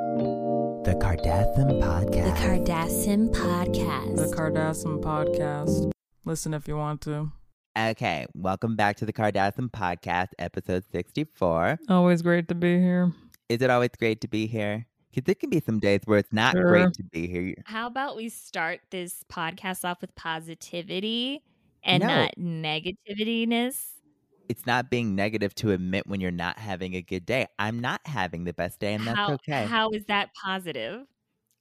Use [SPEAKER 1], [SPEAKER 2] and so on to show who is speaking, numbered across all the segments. [SPEAKER 1] The Cardassian
[SPEAKER 2] The
[SPEAKER 1] Podcast.
[SPEAKER 2] Cardassian Podcast.
[SPEAKER 3] The Cardassian Podcast. Listen if you want to.
[SPEAKER 1] okay, welcome back to the Cardassian Podcast, episode 64.
[SPEAKER 3] Always great to be here.
[SPEAKER 1] Is it always great to be here? Because there can be some days where it's not great
[SPEAKER 3] Sure.
[SPEAKER 1] to be here.
[SPEAKER 2] How about we start this podcast off with positivity and
[SPEAKER 1] No.
[SPEAKER 2] not negativityness?
[SPEAKER 1] It's not being negative to admit when you're not having a good day. I'm not having the best day, and that's
[SPEAKER 2] how,
[SPEAKER 1] okay.
[SPEAKER 2] How is that positive?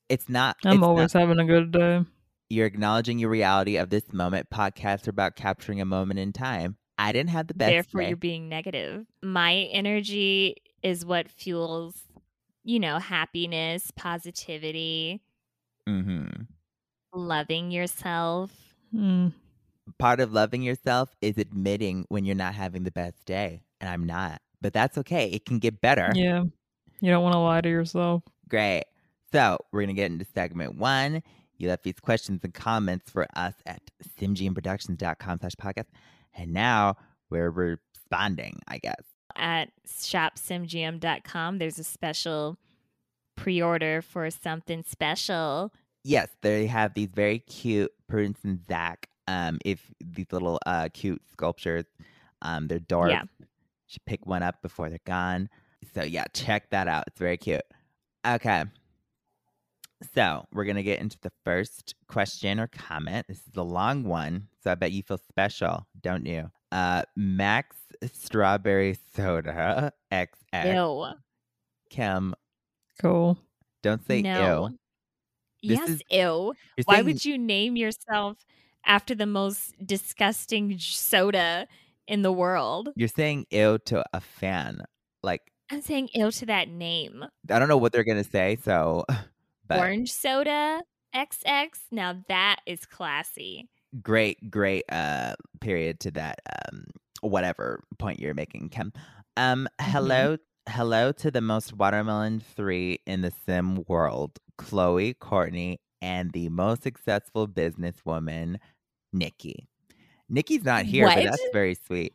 [SPEAKER 1] it's not.
[SPEAKER 3] I'm
[SPEAKER 1] it's
[SPEAKER 3] always
[SPEAKER 1] not-
[SPEAKER 3] having a good day.
[SPEAKER 1] You're acknowledging your reality of this moment. Podcasts are about capturing a moment in time. I didn't have the best
[SPEAKER 2] Therefore,
[SPEAKER 1] day.
[SPEAKER 2] you're being negative. My energy is what fuels, you know, happiness, positivity,
[SPEAKER 1] mm-hmm.
[SPEAKER 2] loving yourself.
[SPEAKER 3] Mm.
[SPEAKER 1] part of loving yourself is admitting when you're not having the best day and i'm not but that's okay it can get better
[SPEAKER 3] Yeah. You don't want to lie to yourself.
[SPEAKER 1] great so we're gonna get into segment one you left these questions and comments for us at simgmproductions.com slash podcast and now we're responding i guess
[SPEAKER 2] At shopsimgm.com, there's a special pre order for something special.
[SPEAKER 1] yes they have these very cute prince and zach um if these little uh cute sculptures um they're dwarfs
[SPEAKER 2] Yeah.
[SPEAKER 1] should pick one up before they're gone so yeah check that out it's very cute okay so we're gonna get into the first question or comment this is a long one so i bet you feel special don't you uh max strawberry soda xx
[SPEAKER 2] Ew.
[SPEAKER 1] kim
[SPEAKER 3] Cool.
[SPEAKER 1] don't say
[SPEAKER 2] no.
[SPEAKER 1] ew This
[SPEAKER 2] Yes,
[SPEAKER 1] is-
[SPEAKER 2] ew.
[SPEAKER 1] You're
[SPEAKER 2] Why
[SPEAKER 1] saying
[SPEAKER 2] would you name yourself after the most disgusting j- soda in the world?
[SPEAKER 1] You're saying ill to a fan. Like,
[SPEAKER 2] I'm saying ew to that name.
[SPEAKER 1] I don't know what they're going to say. So, but
[SPEAKER 2] Orange soda XX. Now that is classy.
[SPEAKER 1] great, great uh period to that um whatever point you're making, Kim. Um,
[SPEAKER 2] Mm-hmm.
[SPEAKER 1] hello, hello to the most watermelon three in the sim world, Chloe, Courtney, and the most successful businesswoman, Nikki. Nikki's not here, but
[SPEAKER 2] What?
[SPEAKER 1] that's very sweet.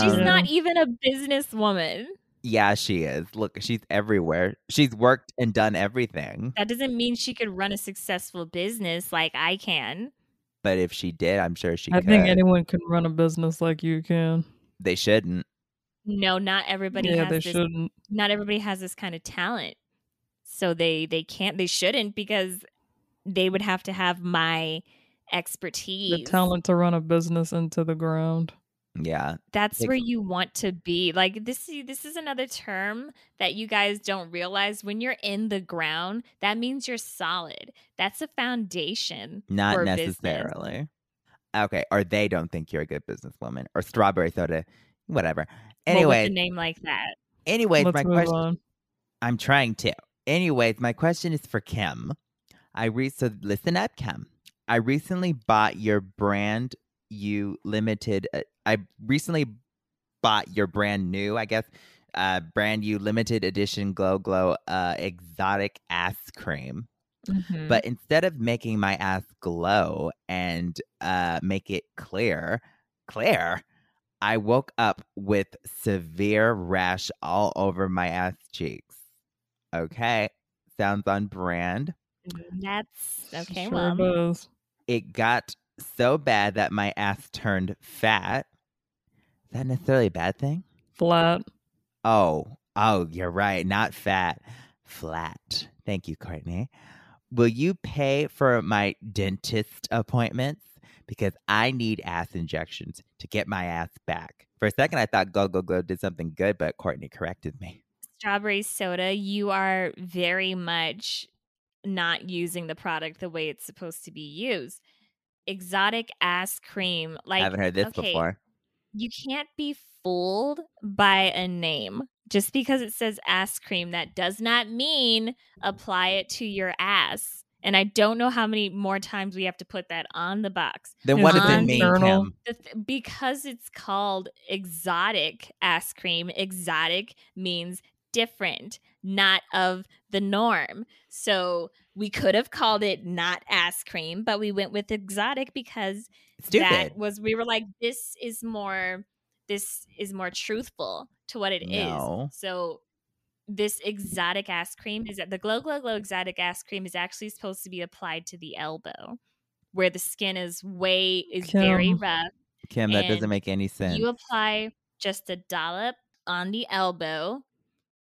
[SPEAKER 2] She's
[SPEAKER 1] Um,
[SPEAKER 2] not even a businesswoman.
[SPEAKER 1] Yeah, she is. Look, she's everywhere. She's worked and done everything.
[SPEAKER 2] That doesn't mean she could run a successful business like I can.
[SPEAKER 1] But if she did, I'm sure she
[SPEAKER 3] I
[SPEAKER 1] could.
[SPEAKER 3] think anyone can run a business like you can.
[SPEAKER 1] they shouldn't.
[SPEAKER 2] No, not everybody
[SPEAKER 3] yeah,
[SPEAKER 2] has
[SPEAKER 3] they
[SPEAKER 2] this
[SPEAKER 3] shouldn't.
[SPEAKER 2] not everybody has this kind of talent so they they can't they shouldn't because they would have to have my
[SPEAKER 3] The
[SPEAKER 2] expertise
[SPEAKER 3] talent to run a business into the ground.
[SPEAKER 1] Yeah.
[SPEAKER 2] that's
[SPEAKER 1] Like-
[SPEAKER 2] where you want to be like this see, this is another term that you guys don't realize when you're in the ground that means you're solid that's a foundation
[SPEAKER 1] Not
[SPEAKER 2] for a business.
[SPEAKER 1] necessarily. Okay. Or they don't think you're a good businesswoman. Or strawberry soda. Whatever.
[SPEAKER 2] Well, with
[SPEAKER 1] Anyway,
[SPEAKER 2] a name like that
[SPEAKER 1] anyways,
[SPEAKER 3] Let's
[SPEAKER 1] my
[SPEAKER 3] move
[SPEAKER 1] question
[SPEAKER 3] on.
[SPEAKER 1] I'm trying to. Anyways, my question is for Kim. I re so listen up, Kim. I recently bought your brand you limited. uh, I recently bought your brand new, I guess, uh, brand you limited edition glow glow uh, exotic ass cream.
[SPEAKER 2] Mhm.
[SPEAKER 1] But instead of making my ass glow and uh, make it clear, clear, I woke up with severe rash all over my ass cheeks. Okay, sounds on brand.
[SPEAKER 2] Mm, that's okay
[SPEAKER 3] Sure
[SPEAKER 2] well
[SPEAKER 3] does.
[SPEAKER 1] It got so bad that my ass turned fat. Is that necessarily a bad thing?
[SPEAKER 3] Flat.
[SPEAKER 1] Oh, oh, you're right. Not fat, flat. Thank you, Courtney. Will you pay for my dentist appointments? Because I need ass injections to get my ass back. For a second, I thought Go Go Go did something good, but Courtney corrected me.
[SPEAKER 2] strawberry soda, you are very much not using the product the way it's supposed to be used. Exotic ass cream.
[SPEAKER 1] I
[SPEAKER 2] Like
[SPEAKER 1] haven't heard this
[SPEAKER 2] okay.
[SPEAKER 1] before.
[SPEAKER 2] you can't be fooled by a name. Just because it says ass cream, that does not mean apply it to your ass. And I don't know how many more times we have to put that on the box.
[SPEAKER 1] Then
[SPEAKER 3] Is
[SPEAKER 1] what
[SPEAKER 2] it
[SPEAKER 1] does it
[SPEAKER 2] on
[SPEAKER 1] mean,
[SPEAKER 3] journal?
[SPEAKER 1] Kim?
[SPEAKER 2] The th- because it's called exotic ass cream, exotic means different, not of the norm. So we could have called it not ass cream, but we went with exotic because
[SPEAKER 1] Stupid.
[SPEAKER 2] that was we were like, this is more this is more truthful to what it is.
[SPEAKER 1] No.
[SPEAKER 2] So this exotic ass cream is that the glow glow glow exotic ass cream is actually supposed to be applied to the elbow where the skin is way is very
[SPEAKER 3] Kim.
[SPEAKER 2] rough
[SPEAKER 1] Kim, that doesn't
[SPEAKER 2] And
[SPEAKER 1] make any sense.
[SPEAKER 2] you apply just a dollop on the elbow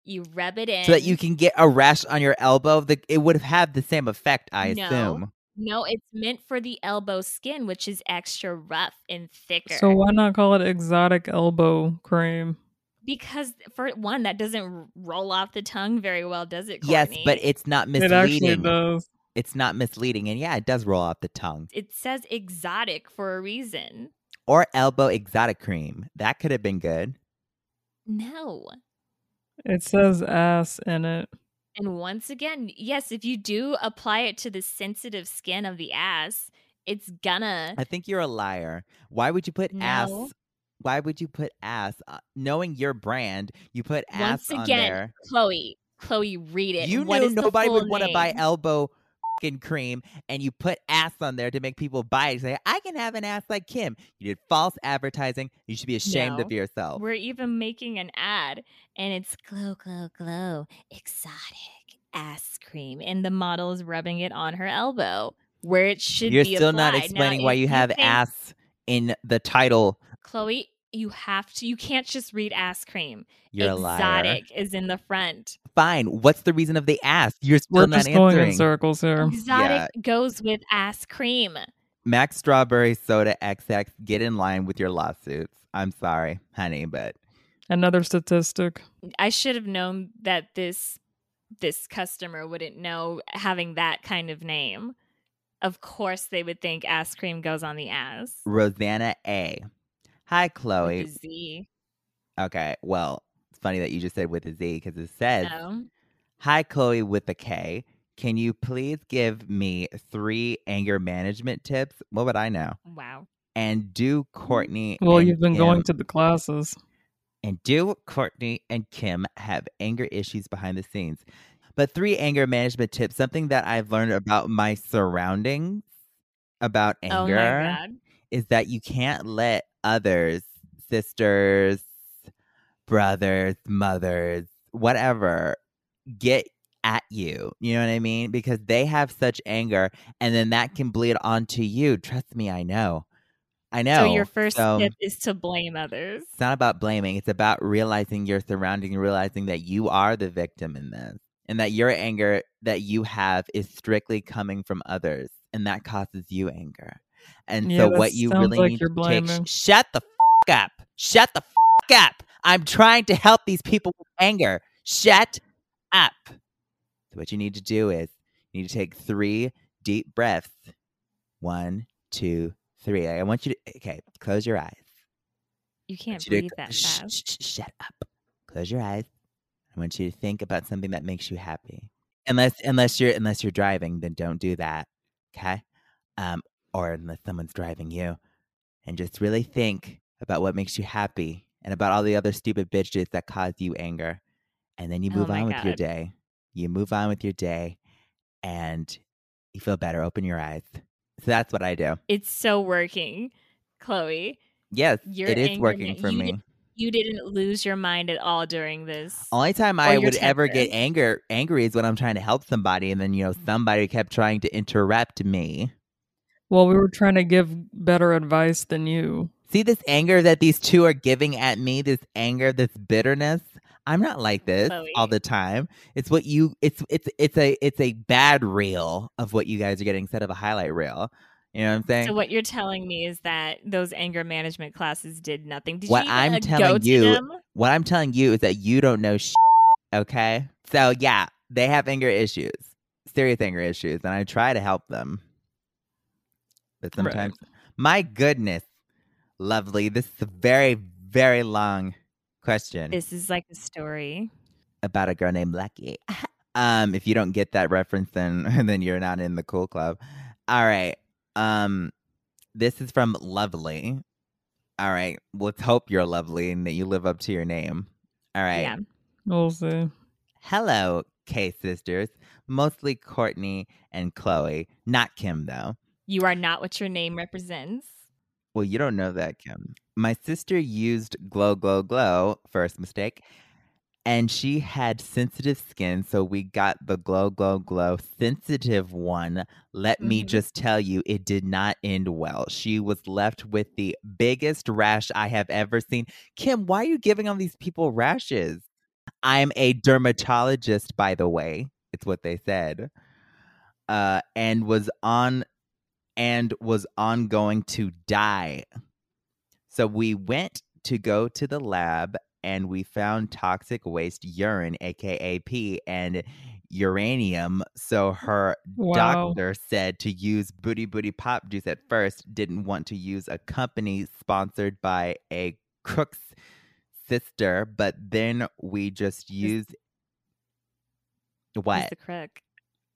[SPEAKER 2] you rub it in
[SPEAKER 1] so that you can get a rash on your elbow. The, it would have had the same effect, I
[SPEAKER 2] No.
[SPEAKER 1] assume.
[SPEAKER 2] no it's meant for the elbow skin which is extra rough and thicker
[SPEAKER 3] So why not call it exotic elbow cream?
[SPEAKER 2] because for one that doesn't r- roll off the tongue very well does it
[SPEAKER 1] Yes,
[SPEAKER 2] Courtney?
[SPEAKER 1] but it's not
[SPEAKER 3] It actually
[SPEAKER 1] misleading.
[SPEAKER 3] does.
[SPEAKER 1] it's not misleading. And yeah, it does roll off the tongue.
[SPEAKER 2] it says exotic for a reason
[SPEAKER 1] Or elbow exotic cream. That could have been good.
[SPEAKER 2] no
[SPEAKER 3] It says ass in it.
[SPEAKER 2] And once again, yes, if you do apply it to the sensitive skin of the ass, it's gonna
[SPEAKER 1] I think you're a liar. Why would you put ass?
[SPEAKER 2] No.
[SPEAKER 1] Why would you put ass? uh, knowing your brand, you put ass
[SPEAKER 2] once
[SPEAKER 1] on
[SPEAKER 2] again,
[SPEAKER 1] there.
[SPEAKER 2] Chloe, Chloe, read it.
[SPEAKER 1] You
[SPEAKER 2] What
[SPEAKER 1] knew
[SPEAKER 2] is the
[SPEAKER 1] nobody would
[SPEAKER 2] full
[SPEAKER 1] want to buy
[SPEAKER 2] name?
[SPEAKER 1] elbow fing cream, and you put ass on there to make people buy it. Say, I can have an ass like Kim. You did false advertising. You should be ashamed of
[SPEAKER 2] No.
[SPEAKER 1] yourself.
[SPEAKER 2] We're even making an ad, and it's glow, glow, glow, exotic ass cream, and the model is rubbing it on her elbow where it should
[SPEAKER 1] You're
[SPEAKER 2] be.
[SPEAKER 1] still not
[SPEAKER 2] applied. Now,
[SPEAKER 1] explaining why
[SPEAKER 2] if
[SPEAKER 1] you have
[SPEAKER 2] think-
[SPEAKER 1] ass in the title.
[SPEAKER 2] Chloe. You have to. You can't just read ass cream.
[SPEAKER 1] You're a liar.
[SPEAKER 2] exotic is in the front.
[SPEAKER 1] Fine. What's the reason of the ass? You're still
[SPEAKER 3] We're
[SPEAKER 1] not
[SPEAKER 3] just going in
[SPEAKER 1] answering.
[SPEAKER 3] circles here.
[SPEAKER 2] Exotic goes with ass cream.
[SPEAKER 1] Max Strawberry Soda XX, get in line with your lawsuits. I'm sorry, honey, but
[SPEAKER 3] Another statistic.
[SPEAKER 2] I should have known that this this customer wouldn't know having that kind of name. Of course they would think ass cream goes on the ass. with
[SPEAKER 1] Rosanna A. Hi,
[SPEAKER 2] a
[SPEAKER 1] Chloe.
[SPEAKER 2] Z.
[SPEAKER 1] Okay, well, it's funny that you just said with a Z because it says,
[SPEAKER 2] No.
[SPEAKER 1] Hi, Chloe with a K. Can you please give me three anger management tips? What would I know?
[SPEAKER 2] Wow.
[SPEAKER 1] And do
[SPEAKER 2] Mm-hmm.
[SPEAKER 1] Courtney.
[SPEAKER 3] Well,
[SPEAKER 1] and
[SPEAKER 3] you've been going
[SPEAKER 1] Kim-
[SPEAKER 3] to the classes.
[SPEAKER 1] And do Courtney and Kim have anger issues behind the scenes? But three anger management tips, something that I've learned about my surroundings about
[SPEAKER 2] Oh
[SPEAKER 1] anger
[SPEAKER 2] my god.
[SPEAKER 1] is that you can't let others, sisters, brothers, mothers, whatever, get at you. You know what I mean? Because they have such anger and then that can bleed onto you. Trust me, I know. I know.
[SPEAKER 2] so your first
[SPEAKER 1] So-
[SPEAKER 2] tip is to blame others.
[SPEAKER 1] it's not about blaming. It's about realizing your surrounding, realizing that you are the victim in this and that your anger that you have is strictly coming from others and that causes you anger. And
[SPEAKER 3] Yeah,
[SPEAKER 1] so
[SPEAKER 3] that
[SPEAKER 1] what you
[SPEAKER 3] sounds
[SPEAKER 1] really
[SPEAKER 3] like
[SPEAKER 1] need
[SPEAKER 3] you're
[SPEAKER 1] to
[SPEAKER 3] blaming.
[SPEAKER 1] take sh- shut the f- up. Shut the f- up. I'm trying to help these people with anger. Shut up. So what you need to do is you need to take 3 deep breaths. One, two, three. I want you to okay, close your eyes
[SPEAKER 2] You can't
[SPEAKER 1] want you to
[SPEAKER 2] breathe
[SPEAKER 1] cl-
[SPEAKER 2] that
[SPEAKER 1] Shh,
[SPEAKER 2] fast.
[SPEAKER 1] shh, shh, shut up. Close your eyes. I want you to think about something that makes you happy. Unless unless you're unless you're driving, then don't do that. Okay? Um, or unless someone's driving you. And just really think about what makes you happy and about all the other stupid bitches that cause you anger. And then you
[SPEAKER 2] Oh
[SPEAKER 1] move
[SPEAKER 2] my
[SPEAKER 1] on with your
[SPEAKER 2] God.
[SPEAKER 1] day. You move on with your day and you feel better. Open your eyes. So that's what I do.
[SPEAKER 2] It's so working, Chloe.
[SPEAKER 1] Yes,
[SPEAKER 2] Your
[SPEAKER 1] it is
[SPEAKER 2] anger
[SPEAKER 1] working
[SPEAKER 2] ma-
[SPEAKER 1] for
[SPEAKER 2] you
[SPEAKER 1] me.
[SPEAKER 2] did- You didn't lose your mind at all during this.
[SPEAKER 1] Only time
[SPEAKER 2] Or
[SPEAKER 1] I
[SPEAKER 2] your
[SPEAKER 1] would ever get
[SPEAKER 2] temper.
[SPEAKER 1] anger angry is when I'm trying to help somebody and then you know somebody kept trying to interrupt me.
[SPEAKER 3] Well, we were trying to give better advice than you.
[SPEAKER 1] See this anger that these two are giving at me, this anger, this bitterness. I'm not like this all
[SPEAKER 2] Chloe.
[SPEAKER 1] the time. It's what you it's it's it's a it's a bad reel of what you guys are getting instead of a highlight reel. You know what I'm saying?
[SPEAKER 2] So what you're telling me is that those anger management classes did nothing. Did
[SPEAKER 1] What
[SPEAKER 2] you even,
[SPEAKER 1] I'm
[SPEAKER 2] uh, go
[SPEAKER 1] telling
[SPEAKER 2] to
[SPEAKER 1] you-
[SPEAKER 2] them?
[SPEAKER 1] what I'm telling you is that you don't know shit, okay? So yeah, they have anger issues, serious anger issues, and I try to help them. But
[SPEAKER 3] Right.
[SPEAKER 1] sometimes, my goodness, lovely, this is a very, very long question
[SPEAKER 2] This is like a story.
[SPEAKER 1] about a girl named Lucky. um, if you don't get that reference, then then you're not in the cool club. All right. Um, this is from Lovely. All right. Let's hope you're lovely and that you live up to your name. All right.
[SPEAKER 2] Yeah.
[SPEAKER 3] We'll see.
[SPEAKER 1] Hello, K sisters. Mostly Courtney and Chloe, not Kim though.
[SPEAKER 2] You are not what your name represents.
[SPEAKER 1] Well, you don't know that, Kim. My sister used glow, glow, glow, first mistake, and she had sensitive skin, so we got the glow, glow, glow sensitive one. Let me
[SPEAKER 2] Mhm.
[SPEAKER 1] just tell you, it did not end well. She was left with the biggest rash I have ever seen. Kim, why are you giving all these people rashes? I'm a dermatologist, by the way. It's what they said. Uh, and was on and was on going to die. So we went to go to the lab and we found toxic waste urine, aka P, and uranium. So her
[SPEAKER 3] Wow.
[SPEAKER 1] doctor said to use booty booty pop juice at first, didn't want to use a company sponsored by a crook's sister, but then we just used
[SPEAKER 2] Who's
[SPEAKER 1] what?
[SPEAKER 2] the crook?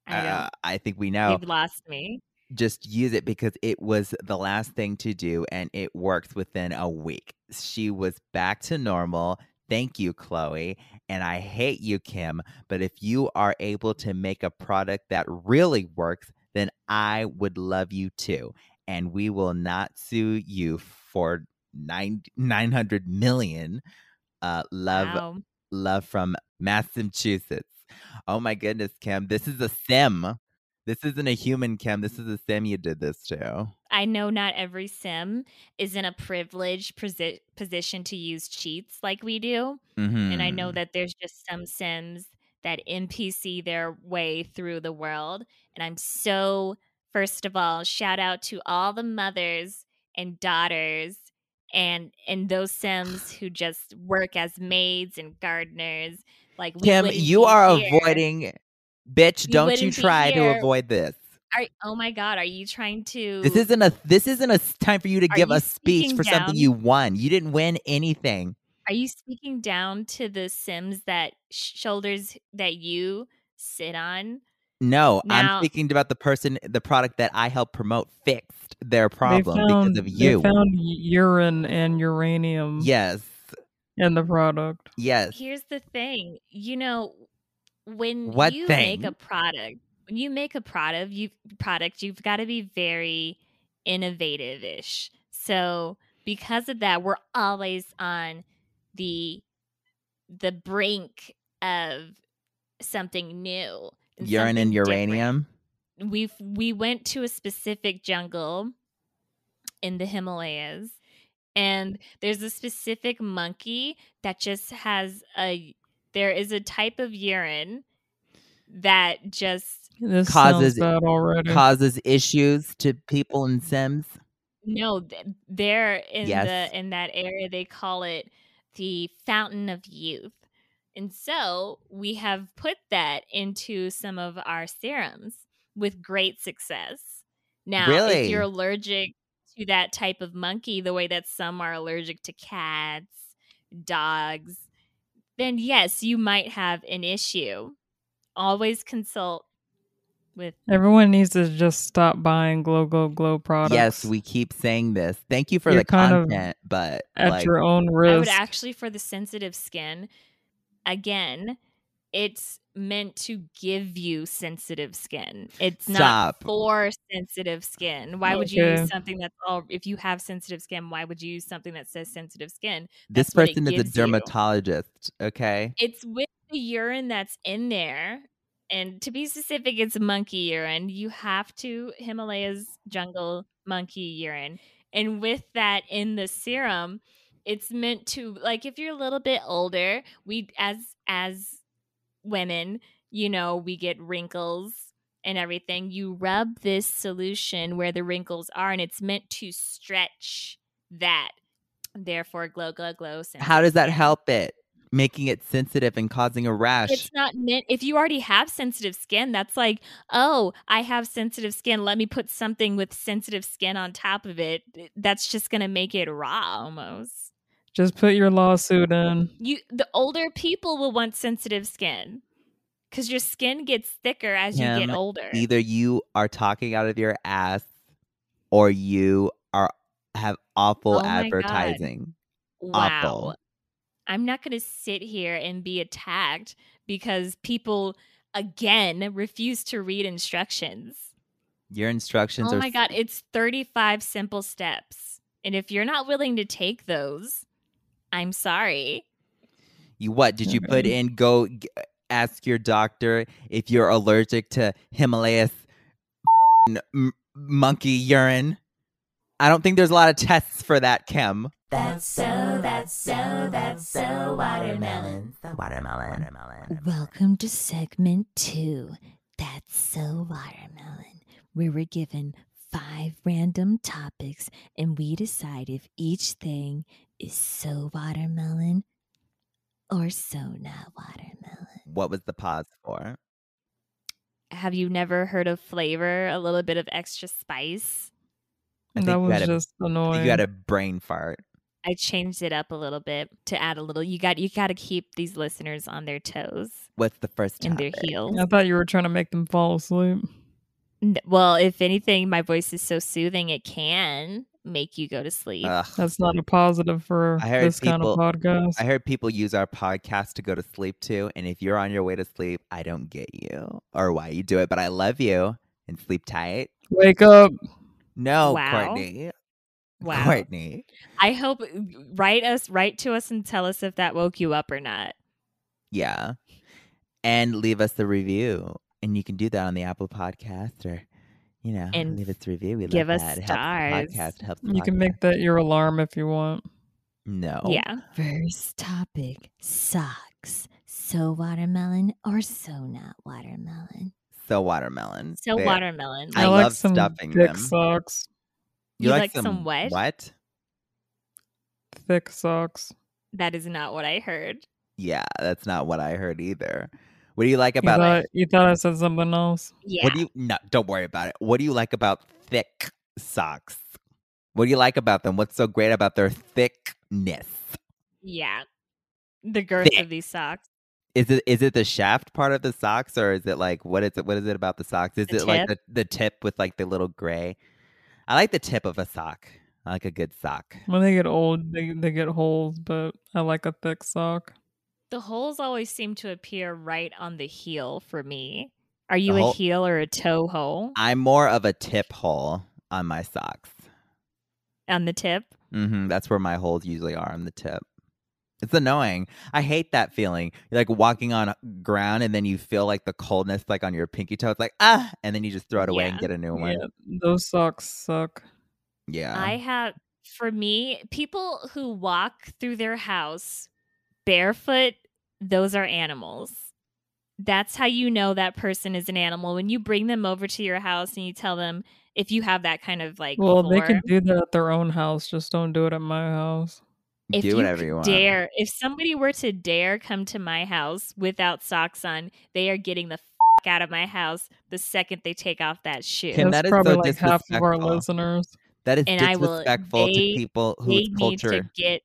[SPEAKER 2] I don't.
[SPEAKER 1] Uh, I think we know
[SPEAKER 2] You've lost me.
[SPEAKER 1] just use it because it was the last thing to do and it worked within a week. She was back to normal. Thank you, Chloe. And I hate you, Kim. But if you are able to make a product that really works, then I would love you too. And we will not sue you for nine, 900 million. Uh, love,
[SPEAKER 2] Wow.
[SPEAKER 1] love from Massachusetts. Oh my goodness, Kim. This is a sim. This isn't a human, Kim. This is a sim you did this to.
[SPEAKER 2] I know not every sim is in a privileged posi- position to use cheats like we do. And I know
[SPEAKER 1] Mhm.
[SPEAKER 2] that there's just some sims that NPC their way through the world. And I'm so, first of all, shout out to all the mothers and daughters and and those sims who just work as maids and gardeners like we
[SPEAKER 1] Kim,
[SPEAKER 2] wouldn't
[SPEAKER 1] you
[SPEAKER 2] be
[SPEAKER 1] are
[SPEAKER 2] here.
[SPEAKER 1] avoiding. Bitch,
[SPEAKER 2] We
[SPEAKER 1] don't you
[SPEAKER 2] wouldn't be
[SPEAKER 1] try to
[SPEAKER 2] here.
[SPEAKER 1] avoid this.
[SPEAKER 2] Are- oh my god are you trying to
[SPEAKER 1] This isn't a this isn't a s- time for you to
[SPEAKER 2] Are
[SPEAKER 1] give
[SPEAKER 2] you
[SPEAKER 1] a speech
[SPEAKER 2] speaking
[SPEAKER 1] for something
[SPEAKER 2] down?
[SPEAKER 1] you won. You didn't win anything.
[SPEAKER 2] Are you speaking down to the Sims that sh- shoulders that you sit on?
[SPEAKER 1] No,
[SPEAKER 2] Now-
[SPEAKER 1] I'm speaking about the person, the product that I helped promote fixed their problem because of
[SPEAKER 3] they
[SPEAKER 1] you.
[SPEAKER 3] found urine and uranium
[SPEAKER 1] Yes,
[SPEAKER 3] in the product.
[SPEAKER 1] yes.
[SPEAKER 2] Here's the thing. You know, when
[SPEAKER 1] What
[SPEAKER 2] you make
[SPEAKER 1] thing?
[SPEAKER 2] a product, when you make a product, you product, you've got to be very innovative-ish. So, because of that, we're always on the the brink of something new.
[SPEAKER 1] Urine and
[SPEAKER 2] something different.
[SPEAKER 1] uranium.
[SPEAKER 2] we we went to a specific jungle in the Himalayas and there's a specific monkey that just has a there is a type of urine that just
[SPEAKER 3] This
[SPEAKER 1] Causes-
[SPEAKER 3] sounds bad already.
[SPEAKER 1] causes issues to people in Sims.
[SPEAKER 2] no th- there in
[SPEAKER 1] Yes.
[SPEAKER 2] the in that area they call it the fountain of youth. And so we have put that into some of our serums with great success. Now,
[SPEAKER 1] Really?
[SPEAKER 2] if you're allergic to that type of monkey, the way that some are allergic to cats, dogs, then yes, you might have an issue. Always consult with
[SPEAKER 3] Everyone needs to just stop buying glow glow glow products.
[SPEAKER 1] Yes, we keep saying this. Thank you for
[SPEAKER 3] You're
[SPEAKER 1] the
[SPEAKER 3] kind of
[SPEAKER 1] content, but
[SPEAKER 3] at
[SPEAKER 1] like,
[SPEAKER 3] your own
[SPEAKER 2] I would
[SPEAKER 3] risk.
[SPEAKER 2] actually for the sensitive skin, again, it's meant to give you sensitive skin. It's not
[SPEAKER 1] Stop.
[SPEAKER 2] for sensitive skin. Why would you
[SPEAKER 3] Okay.
[SPEAKER 2] use something that's all if you have sensitive skin, why would you use something that says sensitive skin?
[SPEAKER 1] this
[SPEAKER 2] that's what it
[SPEAKER 1] person is a
[SPEAKER 2] gives you.
[SPEAKER 1] dermatologist, okay?
[SPEAKER 2] It's with the urine that's in there. And to be specific, it's monkey urine. You have to Himalayas jungle monkey urine. And with that in the serum, it's meant to like if you're a little bit older, we as as women, you know, we get wrinkles and everything. You rub this solution where the wrinkles are and it's meant to stretch that. Therefore, glow, glow, glow.
[SPEAKER 1] How does that
[SPEAKER 2] sensitive skin.
[SPEAKER 1] help it? Making it sensitive and causing a rash.
[SPEAKER 2] It's not meant if you already have sensitive skin, that's like, oh, I have sensitive skin. Let me put something with sensitive skin on top of it. That's just gonna make it raw almost.
[SPEAKER 3] Just put your lawsuit in.
[SPEAKER 2] You the older people will want sensitive skin. Cause your skin gets thicker as you
[SPEAKER 1] Kim,
[SPEAKER 2] get older.
[SPEAKER 1] Either you are talking out of your ass or you are have awful
[SPEAKER 2] Oh my God.
[SPEAKER 1] advertising. awful.
[SPEAKER 2] I'm not going to sit here and be attacked because people again refuse to read instructions.
[SPEAKER 1] Your instructions
[SPEAKER 2] Oh
[SPEAKER 1] are
[SPEAKER 2] my god, it's 35 simple steps. And if you're not willing to take those, I'm sorry.
[SPEAKER 1] You what did you put in? Go g- ask your doctor if you're allergic to Himalayas m- monkey urine. I don't think there's a lot of tests for that, Kim.
[SPEAKER 4] That's so, that's so, that's so watermelon. The watermelon. Watermelon.
[SPEAKER 2] Welcome to segment two. That's so watermelon, where we're given five random topics and we decide if each thing is so watermelon or so not watermelon.
[SPEAKER 1] What was the pause for?
[SPEAKER 2] Have you never heard of flavor? A little bit of extra spice?
[SPEAKER 1] I
[SPEAKER 3] that
[SPEAKER 1] think you
[SPEAKER 3] was
[SPEAKER 1] had a-
[SPEAKER 3] just annoying.
[SPEAKER 1] You got a brain fart.
[SPEAKER 2] I changed it up a little bit to add a little. You got you got to keep these listeners on their toes
[SPEAKER 1] What's the first
[SPEAKER 2] and their
[SPEAKER 1] topic?
[SPEAKER 2] heels.
[SPEAKER 3] I thought you were trying to make them fall asleep.
[SPEAKER 2] N- Well, if anything, my voice is so soothing it can make you go to sleep.
[SPEAKER 4] Uh,
[SPEAKER 1] Ugh.
[SPEAKER 3] That's not a positive for
[SPEAKER 1] I heard
[SPEAKER 3] this kind of
[SPEAKER 1] people-
[SPEAKER 3] podcast.
[SPEAKER 1] I heard people use our podcast to go to sleep too. And if you're on your way to sleep, I don't get you or why you do it, but I love you and sleep tight.
[SPEAKER 3] Wake up.
[SPEAKER 1] No,
[SPEAKER 2] Wow.
[SPEAKER 1] Courtney.
[SPEAKER 2] wow.
[SPEAKER 1] Courtney.
[SPEAKER 2] I hope uh, write us write to us and tell us if that woke you up or not.
[SPEAKER 1] Yeah. And leave us a review. And you can do that on the Apple Podcast or, you know,
[SPEAKER 2] And
[SPEAKER 1] leave us a review. We
[SPEAKER 2] give
[SPEAKER 1] love
[SPEAKER 2] us
[SPEAKER 1] that. It helps the
[SPEAKER 2] stars.
[SPEAKER 1] podcast. Helps the
[SPEAKER 3] You can make
[SPEAKER 1] podcast.
[SPEAKER 3] that your alarm if you want.
[SPEAKER 1] No.
[SPEAKER 2] Yeah.
[SPEAKER 4] Oh, First topic socks. So watermelon or so not watermelon?
[SPEAKER 1] So watermelon.
[SPEAKER 2] Mm, So
[SPEAKER 1] They-
[SPEAKER 2] watermelon.
[SPEAKER 1] I
[SPEAKER 2] Like,
[SPEAKER 1] love
[SPEAKER 3] like some
[SPEAKER 1] stuffing
[SPEAKER 3] thick
[SPEAKER 1] them.
[SPEAKER 3] socks.
[SPEAKER 1] You, like, some,
[SPEAKER 2] what?
[SPEAKER 1] What?
[SPEAKER 3] Thick socks.
[SPEAKER 2] that is not what I heard.
[SPEAKER 1] Yeah, that's not what I heard either. What do you like
[SPEAKER 3] You
[SPEAKER 1] about
[SPEAKER 3] thought, you thought I said something else.
[SPEAKER 2] Yeah.
[SPEAKER 1] What do you no, don't worry about it. What do you like about thick socks? What do you like about them? What's so great about their thickness?
[SPEAKER 2] yeah. The girth
[SPEAKER 1] Thick.
[SPEAKER 2] of these socks.
[SPEAKER 1] Is it is it the shaft part of the socks or is it like what is it what is it about the socks? Is
[SPEAKER 2] The
[SPEAKER 1] it like the,
[SPEAKER 2] tip?
[SPEAKER 1] the tip with like the little gray? I like the tip of a sock. I like a good sock.
[SPEAKER 3] When they get old, they, they get holes, but I like a thick sock.
[SPEAKER 2] The holes always seem to appear right on the heel for me. Are you
[SPEAKER 1] hole-
[SPEAKER 2] a heel or a toe hole
[SPEAKER 1] I'm more of a tip hole on my socks.
[SPEAKER 2] on the tip?
[SPEAKER 1] hmm that's where my holes usually are on the tip. It's annoying. I hate that feeling. You're like walking on ground and then you feel like the coldness like on your pinky toe. It's like ah, and then you just throw it away and
[SPEAKER 2] Yeah.
[SPEAKER 1] get a new one.
[SPEAKER 3] Yeah, those socks suck.
[SPEAKER 1] Yeah,
[SPEAKER 2] I have, for me, people who walk through their house barefoot, those are animals. That's how you know that person is an animal. When you bring them over to your house and you tell them if you have that kind of like,
[SPEAKER 3] Well, they
[SPEAKER 2] floor,
[SPEAKER 3] can do that at their own house. Just don't do it at my house.
[SPEAKER 2] if
[SPEAKER 1] do whatever
[SPEAKER 2] could
[SPEAKER 1] you want.
[SPEAKER 2] Dare if somebody were to dare come to my house without socks on, they are getting the f- out of my house the second they take off that shoe.
[SPEAKER 1] Can And that
[SPEAKER 3] That's
[SPEAKER 1] is so
[SPEAKER 3] probably like half of our
[SPEAKER 1] disrespectful.
[SPEAKER 3] listeners.
[SPEAKER 1] That is
[SPEAKER 2] and I will-
[SPEAKER 1] disrespectful
[SPEAKER 2] they-
[SPEAKER 1] to people
[SPEAKER 2] they
[SPEAKER 1] whose
[SPEAKER 2] need to
[SPEAKER 1] culture.
[SPEAKER 2] get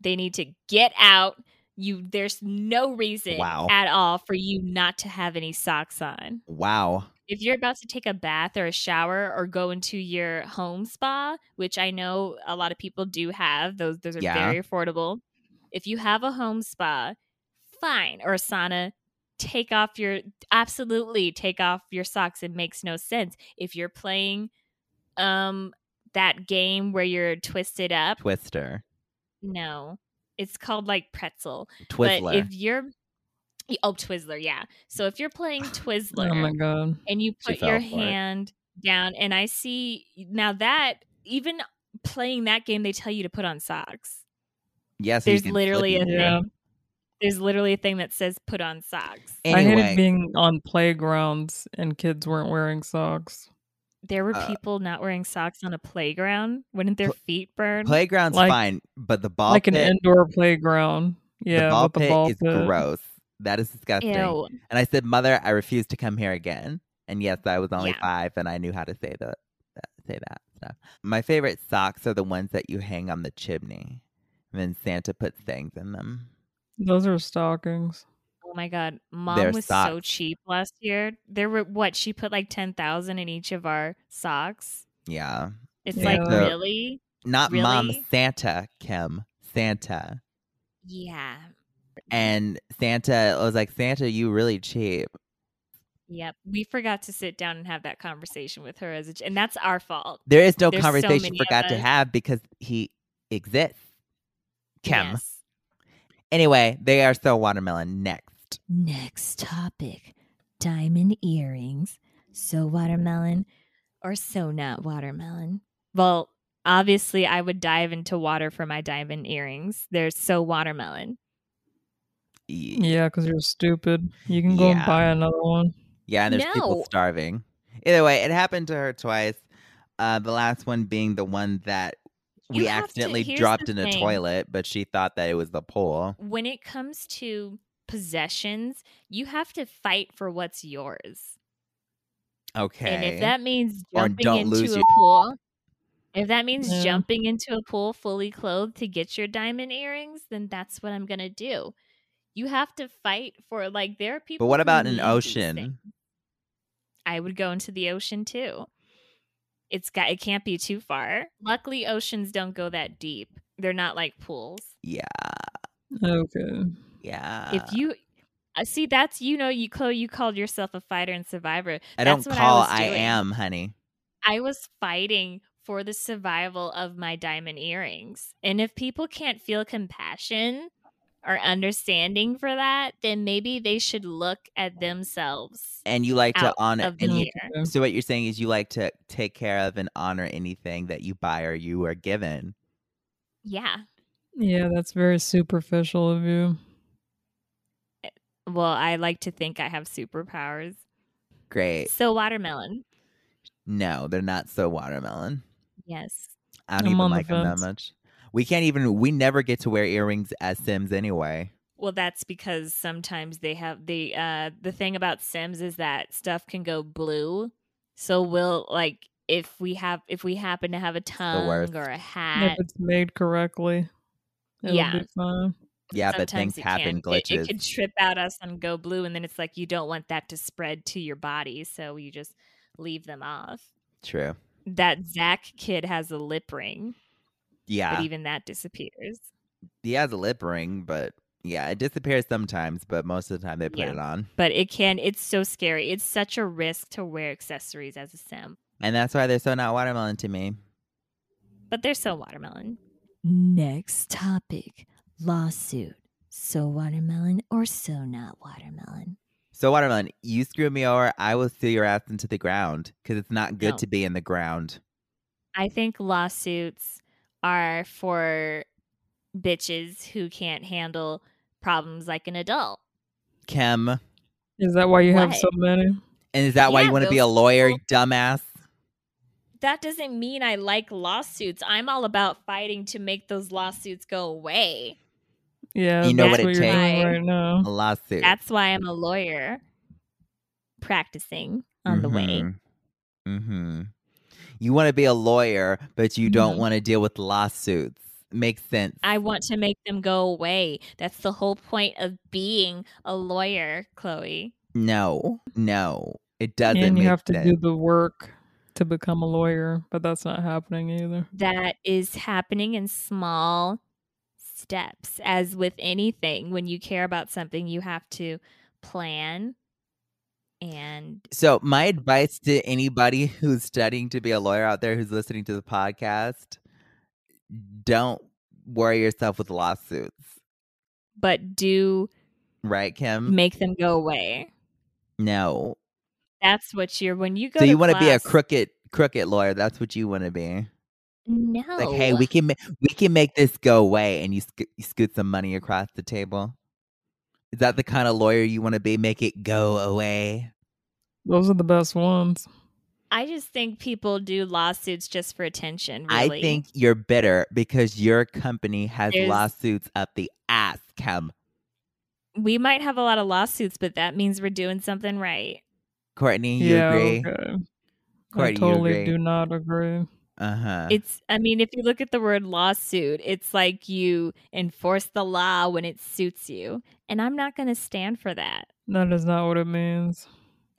[SPEAKER 2] they need to get out you there's no reason
[SPEAKER 1] Wow.
[SPEAKER 2] at all for you not to have any socks on
[SPEAKER 1] Wow,
[SPEAKER 2] if you're about to take a bath or a shower or go into your home spa which i know a lot of people do have those those are
[SPEAKER 1] Yeah.
[SPEAKER 2] very affordable if you have a home spa fine or a sauna take off your absolutely take off your socks it makes no sense if you're playing um that game where you're twisted up
[SPEAKER 1] Twister,
[SPEAKER 2] no, it's called like pretzel. But
[SPEAKER 1] Twizzler.
[SPEAKER 2] if you're y- oh Twizzler, yeah. So if you're playing Twizzler
[SPEAKER 3] Oh my god.
[SPEAKER 2] and you
[SPEAKER 1] She
[SPEAKER 2] put your
[SPEAKER 1] fell for it.
[SPEAKER 2] hand down, and I see now that even playing that game, they tell you to put on socks.
[SPEAKER 1] Yes,
[SPEAKER 2] There's literally a
[SPEAKER 3] in
[SPEAKER 2] thing.
[SPEAKER 3] Yeah.
[SPEAKER 2] There's literally a thing that says put on socks.
[SPEAKER 1] Anyway,
[SPEAKER 3] I hated being on playgrounds and kids weren't wearing socks.
[SPEAKER 2] There were
[SPEAKER 1] Uh,
[SPEAKER 2] people not wearing socks on a playground. Wouldn't their
[SPEAKER 1] Pl-
[SPEAKER 2] feet burn?
[SPEAKER 1] playground's
[SPEAKER 3] like-
[SPEAKER 1] fine, but the ball
[SPEAKER 3] like
[SPEAKER 1] pit,
[SPEAKER 3] an indoor playground. Yeah,
[SPEAKER 1] the ball
[SPEAKER 3] but the
[SPEAKER 1] pit
[SPEAKER 3] ball
[SPEAKER 1] is
[SPEAKER 3] pit.
[SPEAKER 1] gross. That is disgusting.
[SPEAKER 2] Ew.
[SPEAKER 1] And I said, "Mother, I refuse to come here again." And yes, I was only
[SPEAKER 2] Yeah.
[SPEAKER 1] five, and I knew how to say that say that stuff. My favorite socks are the ones that you hang on the chimney, and then Santa puts things in them.
[SPEAKER 3] Those are stockings.
[SPEAKER 2] Oh my god, mom
[SPEAKER 1] Their
[SPEAKER 2] was so
[SPEAKER 1] socks.
[SPEAKER 2] cheap last year. There were what she put like ten thousand in each of our socks.
[SPEAKER 1] Yeah,
[SPEAKER 2] It's
[SPEAKER 3] Yeah.
[SPEAKER 2] like
[SPEAKER 1] The-
[SPEAKER 2] really,
[SPEAKER 1] not mom,
[SPEAKER 2] Really?
[SPEAKER 1] Santa, Kim, Santa,
[SPEAKER 2] yeah, Mm-hmm.
[SPEAKER 1] and Santa was like, "Santa, you really cheap."
[SPEAKER 2] yep. We forgot to sit down and have that conversation with her as a, ch- and that's our fault.
[SPEAKER 1] There is no
[SPEAKER 2] There's so
[SPEAKER 1] conversation
[SPEAKER 2] many of
[SPEAKER 1] forgot to
[SPEAKER 2] us.
[SPEAKER 1] have because he exists, Kim,
[SPEAKER 2] Yes.
[SPEAKER 1] Anyway, they are so watermelon. Next.
[SPEAKER 2] Next topic diamond earrings. So watermelon or so not watermelon? Well, obviously, I would dive into water for my diamond earrings. They're so watermelon.
[SPEAKER 1] Ye-
[SPEAKER 3] Yeah, because you're stupid. You can go
[SPEAKER 1] Yeah.
[SPEAKER 3] and buy another one.
[SPEAKER 1] Yeah, and there's people
[SPEAKER 2] No.
[SPEAKER 1] starving. Either way, it happened to her twice. Uh, the last one being the one that
[SPEAKER 2] You
[SPEAKER 1] we
[SPEAKER 2] have to-
[SPEAKER 1] accidentally
[SPEAKER 2] here's the
[SPEAKER 1] dropped in a
[SPEAKER 2] thing.
[SPEAKER 1] toilet, but she thought that it was the pool.
[SPEAKER 2] When it comes to possessions, you have to fight for what's yours.
[SPEAKER 1] Okay.
[SPEAKER 2] And if that means
[SPEAKER 1] Or
[SPEAKER 2] jumping
[SPEAKER 1] don't
[SPEAKER 2] into
[SPEAKER 1] lose
[SPEAKER 2] a
[SPEAKER 1] your-
[SPEAKER 2] pool, if that means
[SPEAKER 3] Yeah.
[SPEAKER 2] jumping into a pool fully clothed to get your diamond earrings, then that's what I'm gonna do. You have to fight for like there are people.
[SPEAKER 1] but what
[SPEAKER 2] who
[SPEAKER 1] about
[SPEAKER 2] need
[SPEAKER 1] an
[SPEAKER 2] these things.
[SPEAKER 1] ocean?
[SPEAKER 2] I would go into the ocean too. It's got it can't be too far. Luckily, oceans don't go that deep. They're not like pools.
[SPEAKER 1] Yeah.
[SPEAKER 3] Okay.
[SPEAKER 1] Yeah.
[SPEAKER 2] if you I see, that's you know, you Chloe, you called yourself a fighter and survivor.
[SPEAKER 1] I
[SPEAKER 2] That's
[SPEAKER 1] don't
[SPEAKER 2] what
[SPEAKER 1] call
[SPEAKER 2] was
[SPEAKER 1] I,
[SPEAKER 2] doing.
[SPEAKER 1] am, honey.
[SPEAKER 2] I was fighting for the survival of my diamond earrings. And if people can't feel compassion or understanding for that, then maybe they should look at themselves.
[SPEAKER 1] And you like to
[SPEAKER 2] Out
[SPEAKER 1] honor
[SPEAKER 2] of the
[SPEAKER 1] and you,
[SPEAKER 2] year.
[SPEAKER 3] Okay.
[SPEAKER 1] so what you're saying is you like to take care of and honor anything that you buy or you are given.
[SPEAKER 2] Yeah.
[SPEAKER 3] Yeah, that's very superficial of you.
[SPEAKER 2] Well, I like to think I have superpowers.
[SPEAKER 1] Great.
[SPEAKER 2] So watermelon.
[SPEAKER 1] No, they're not so watermelon.
[SPEAKER 2] Yes.
[SPEAKER 1] I don't
[SPEAKER 3] I'm
[SPEAKER 1] even
[SPEAKER 3] on the
[SPEAKER 1] like them that
[SPEAKER 3] fence.
[SPEAKER 1] much. We can't even. We never get to wear earrings as Sims anyway.
[SPEAKER 2] Well, that's because sometimes they have the uh the thing about Sims is that stuff can go blue. So we'll like if we have if we happen to have a tongue
[SPEAKER 1] worst.
[SPEAKER 2] or a
[SPEAKER 3] If
[SPEAKER 2] hat.
[SPEAKER 3] it's made correctly, it'll
[SPEAKER 2] Uh, Yeah.
[SPEAKER 3] be fine.
[SPEAKER 1] Yeah, but
[SPEAKER 2] sometimes
[SPEAKER 1] things happen.
[SPEAKER 2] can, it-
[SPEAKER 1] Glitches.
[SPEAKER 2] It, could trip out us and go blue, and then it's like you don't want that to spread to your body, so you just leave them off.
[SPEAKER 1] True.
[SPEAKER 2] That Zach kid has a lip ring,
[SPEAKER 1] Yeah,
[SPEAKER 2] but
[SPEAKER 1] he,
[SPEAKER 2] even that disappears.
[SPEAKER 1] has a lip ring, but yeah, it disappears sometimes. But most of the time, they put
[SPEAKER 2] Yeah.
[SPEAKER 1] it on,
[SPEAKER 2] But it can. It's so scary. It's such a risk to wear accessories as a sim.
[SPEAKER 1] and that's why they're so not watermelon to me.
[SPEAKER 2] but they're so watermelon. Next topic lawsuit. So watermelon or so not watermelon?
[SPEAKER 1] So watermelon, you screw me over, I will sue your ass into the ground because it's not good
[SPEAKER 2] No.
[SPEAKER 1] to be in the ground.
[SPEAKER 2] I think lawsuits are for bitches who can't handle problems like an adult.
[SPEAKER 1] Kim, and
[SPEAKER 3] Is that why you have
[SPEAKER 2] What?
[SPEAKER 3] so many?
[SPEAKER 1] is that why
[SPEAKER 2] Yeah,
[SPEAKER 1] you want to be a
[SPEAKER 2] those
[SPEAKER 1] lawyer,
[SPEAKER 2] people-
[SPEAKER 1] you dumbass?
[SPEAKER 2] That doesn't mean I like lawsuits. I'm all about fighting to make those lawsuits go away.
[SPEAKER 3] Yeah,
[SPEAKER 1] You know
[SPEAKER 3] that's
[SPEAKER 2] what it
[SPEAKER 3] you're doing
[SPEAKER 2] takes.
[SPEAKER 3] right now.
[SPEAKER 1] A lawsuit
[SPEAKER 2] That's why I'm a lawyer practicing on the way.
[SPEAKER 1] Mm-hmm. You want to be a lawyer, but you don't
[SPEAKER 3] Mhm.
[SPEAKER 1] want to deal with lawsuits. Makes sense.
[SPEAKER 2] Mm-hmm. I want to make them go away. That's the whole point of being a lawyer, Chloe.
[SPEAKER 1] No, no, it doesn't.
[SPEAKER 3] and you
[SPEAKER 1] make
[SPEAKER 3] have to
[SPEAKER 1] sense.
[SPEAKER 3] do the work to become a lawyer, but that's not happening either.
[SPEAKER 2] That is happening in small steps. As with anything, when you care about something, you have to plan and
[SPEAKER 1] So, my advice to anybody who's studying to be a lawyer out there who's listening to the podcast don't worry yourself with lawsuits,
[SPEAKER 2] but do
[SPEAKER 1] right, Kim?
[SPEAKER 2] make them go away.
[SPEAKER 1] No.
[SPEAKER 2] That's what you're when you go.
[SPEAKER 1] So, you
[SPEAKER 2] want to
[SPEAKER 1] be a
[SPEAKER 2] class-
[SPEAKER 1] crooked, crooked lawyer. That's what you want to be.
[SPEAKER 2] No.
[SPEAKER 1] Like, hey,
[SPEAKER 3] Oh.
[SPEAKER 1] we can ma- we can make this go away, and you, sc- you scoot some money across the table. Is that the kind of lawyer you want to be? Make it go away.
[SPEAKER 3] Those are the best ones.
[SPEAKER 2] I just think people do lawsuits just for attention.
[SPEAKER 1] I
[SPEAKER 2] Really.
[SPEAKER 1] think you're bitter because your company has
[SPEAKER 2] There's-
[SPEAKER 1] lawsuits up the ass, Kim.
[SPEAKER 2] we might have a lot of lawsuits, but that means we're doing something right.
[SPEAKER 1] Courtney, you
[SPEAKER 2] oh,
[SPEAKER 3] yeah,
[SPEAKER 1] agree?
[SPEAKER 3] okay.
[SPEAKER 1] Courtney,
[SPEAKER 3] I
[SPEAKER 1] you
[SPEAKER 3] totally
[SPEAKER 1] agree?
[SPEAKER 3] do not agree.
[SPEAKER 1] Uh huh.
[SPEAKER 2] It's, I mean, if you look at the word lawsuit, it's like you enforce the law when it suits you. And I'm not going to stand for that.
[SPEAKER 3] That is not what it means.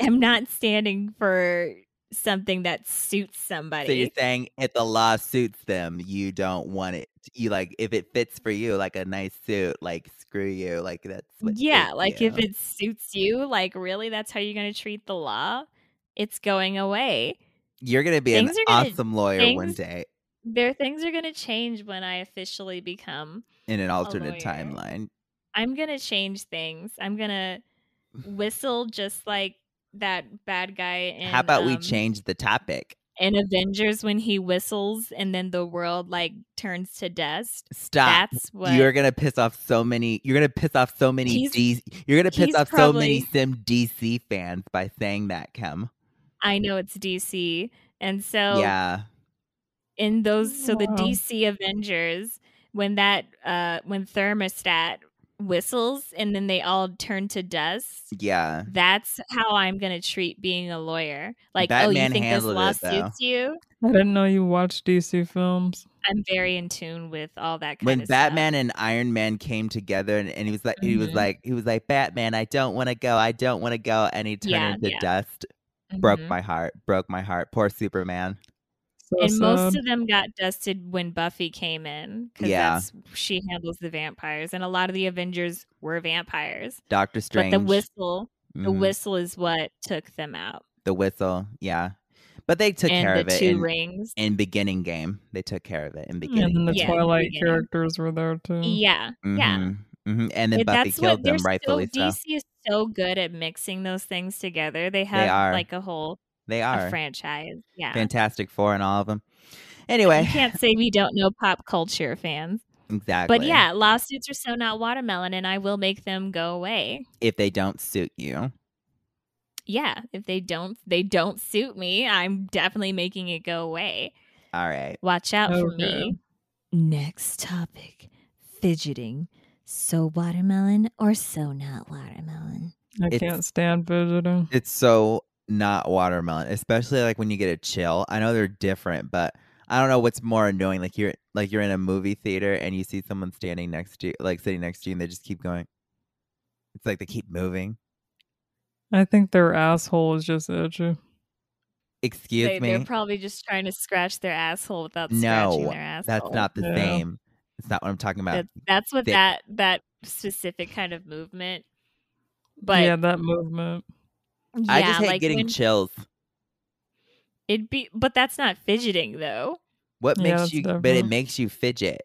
[SPEAKER 2] I'm not standing for something that suits
[SPEAKER 1] So you're
[SPEAKER 2] somebody.
[SPEAKER 1] saying if the law suits them, you don't want it. You like if it fits for you, like a nice suit, like screw you, like that's what
[SPEAKER 2] yeah.
[SPEAKER 1] suits
[SPEAKER 2] Like
[SPEAKER 1] you.
[SPEAKER 2] if it suits you, like really, that's how you're going to treat the law? It's going away.
[SPEAKER 1] you're gonna be an
[SPEAKER 2] things are gonna-
[SPEAKER 1] awesome lawyer one
[SPEAKER 2] things-
[SPEAKER 1] day
[SPEAKER 2] Their things are going to change when I officially become
[SPEAKER 1] in an alternate
[SPEAKER 2] lawyer.
[SPEAKER 1] timeline.
[SPEAKER 2] I'm gonna change things. I'm gonna whistle just like that bad guy. In,
[SPEAKER 1] How about we
[SPEAKER 2] um,
[SPEAKER 1] change the topic?
[SPEAKER 2] in Avengers when he whistles and then the world like turns to dust?
[SPEAKER 1] Stop.
[SPEAKER 2] That's what
[SPEAKER 1] You're gonna piss off so many. You're gonna piss off so many.
[SPEAKER 2] He's-
[SPEAKER 1] D, you're gonna piss
[SPEAKER 2] he's
[SPEAKER 1] off so many Sim DC fans by saying that, Kim.
[SPEAKER 2] I know. It's DC, and so
[SPEAKER 1] Yeah,
[SPEAKER 2] in those so the
[SPEAKER 3] Wow.
[SPEAKER 2] DC Avengers when that uh when thermostat whistles and then they all turn to dust.
[SPEAKER 1] yeah.
[SPEAKER 2] That's how I'm gonna treat being a lawyer. Like,
[SPEAKER 1] That
[SPEAKER 2] oh, you
[SPEAKER 1] man
[SPEAKER 2] think this
[SPEAKER 1] handled
[SPEAKER 2] law
[SPEAKER 1] it, though.
[SPEAKER 2] suits you?
[SPEAKER 3] I didn't know you watched DC films.
[SPEAKER 2] I'm very in tune with all that kind
[SPEAKER 1] When
[SPEAKER 2] of
[SPEAKER 1] Batman and Iron Man came together, and, and he was like, he was
[SPEAKER 2] Mhm.
[SPEAKER 1] like, he was like, Batman, I don't want to go, I don't want to go, and he turned
[SPEAKER 2] Yeah,
[SPEAKER 1] into
[SPEAKER 2] yeah.
[SPEAKER 1] dust.
[SPEAKER 2] stuff.
[SPEAKER 1] Broke
[SPEAKER 2] Mhm.
[SPEAKER 1] my heart. Broke my heart. Poor Superman.
[SPEAKER 3] So
[SPEAKER 2] and most
[SPEAKER 3] sad.
[SPEAKER 2] of them got dusted when Buffy came in because
[SPEAKER 1] Yeah.
[SPEAKER 2] that's she handles the vampires, and a lot of the Avengers were vampires.
[SPEAKER 1] Doctor Strange.
[SPEAKER 2] But the whistle, the
[SPEAKER 1] Mhm.
[SPEAKER 2] whistle is what took them out,
[SPEAKER 1] the whistle. Yeah, but they took care
[SPEAKER 2] and
[SPEAKER 1] of
[SPEAKER 2] the
[SPEAKER 1] it
[SPEAKER 2] two Mm-hmm.
[SPEAKER 1] in,
[SPEAKER 2] rings.
[SPEAKER 1] in beginning game. They took care of it in beginning.
[SPEAKER 3] And then the
[SPEAKER 2] Yeah, in the
[SPEAKER 3] Twilight
[SPEAKER 2] beginning.
[SPEAKER 3] characters were there too.
[SPEAKER 2] Yeah, yeah.
[SPEAKER 1] hmm And Mm-hmm. then
[SPEAKER 2] It-
[SPEAKER 1] Buffy killed
[SPEAKER 2] they're
[SPEAKER 1] them, rightfully
[SPEAKER 2] so.
[SPEAKER 1] so.
[SPEAKER 2] DC is so good at mixing those things together. They have
[SPEAKER 1] are.
[SPEAKER 2] like a whole
[SPEAKER 1] They
[SPEAKER 2] a
[SPEAKER 1] are
[SPEAKER 2] franchise. Yeah,
[SPEAKER 1] Fantastic Four and all of them.
[SPEAKER 2] you
[SPEAKER 1] Anyway,
[SPEAKER 2] can't say we don't know pop culture fans.
[SPEAKER 1] exactly.
[SPEAKER 2] But yeah, lawsuits are so not watermelon, and I will make them go away.
[SPEAKER 1] if they don't suit you,
[SPEAKER 2] yeah if they don't they don't suit me i'm definitely making it go away
[SPEAKER 1] all right.
[SPEAKER 2] watch out for
[SPEAKER 3] Okay.
[SPEAKER 2] me next topic fidgeting so watermelon or so not watermelon
[SPEAKER 3] I
[SPEAKER 1] It's-
[SPEAKER 3] can't stand fidgeting.
[SPEAKER 1] It's so not watermelon, especially like when you get a chill. I know they're different, but I don't know what's more annoying. Like you're like you're in a movie theater and you see someone standing next to you, like sitting next to you, and they just keep going. It's like they keep moving.
[SPEAKER 3] I think their asshole is just itchy.
[SPEAKER 1] Excuse
[SPEAKER 2] they,
[SPEAKER 1] me.
[SPEAKER 2] are probably just trying to scratch their asshole without scratching
[SPEAKER 1] no,
[SPEAKER 2] their asshole
[SPEAKER 1] that's not the
[SPEAKER 3] No.
[SPEAKER 1] same. It's not what I'm talking about.
[SPEAKER 2] that's, that's what
[SPEAKER 1] They-
[SPEAKER 2] that that specific kind of movement but
[SPEAKER 3] yeah,
[SPEAKER 2] yeah,
[SPEAKER 3] that movement.
[SPEAKER 1] I just hate
[SPEAKER 2] like
[SPEAKER 1] getting
[SPEAKER 2] when
[SPEAKER 1] chills.
[SPEAKER 2] it'd be but that's not fidgeting though
[SPEAKER 1] What
[SPEAKER 3] Yeah,
[SPEAKER 1] makes
[SPEAKER 3] that's
[SPEAKER 1] you? But it
[SPEAKER 3] different.
[SPEAKER 1] makes you fidget.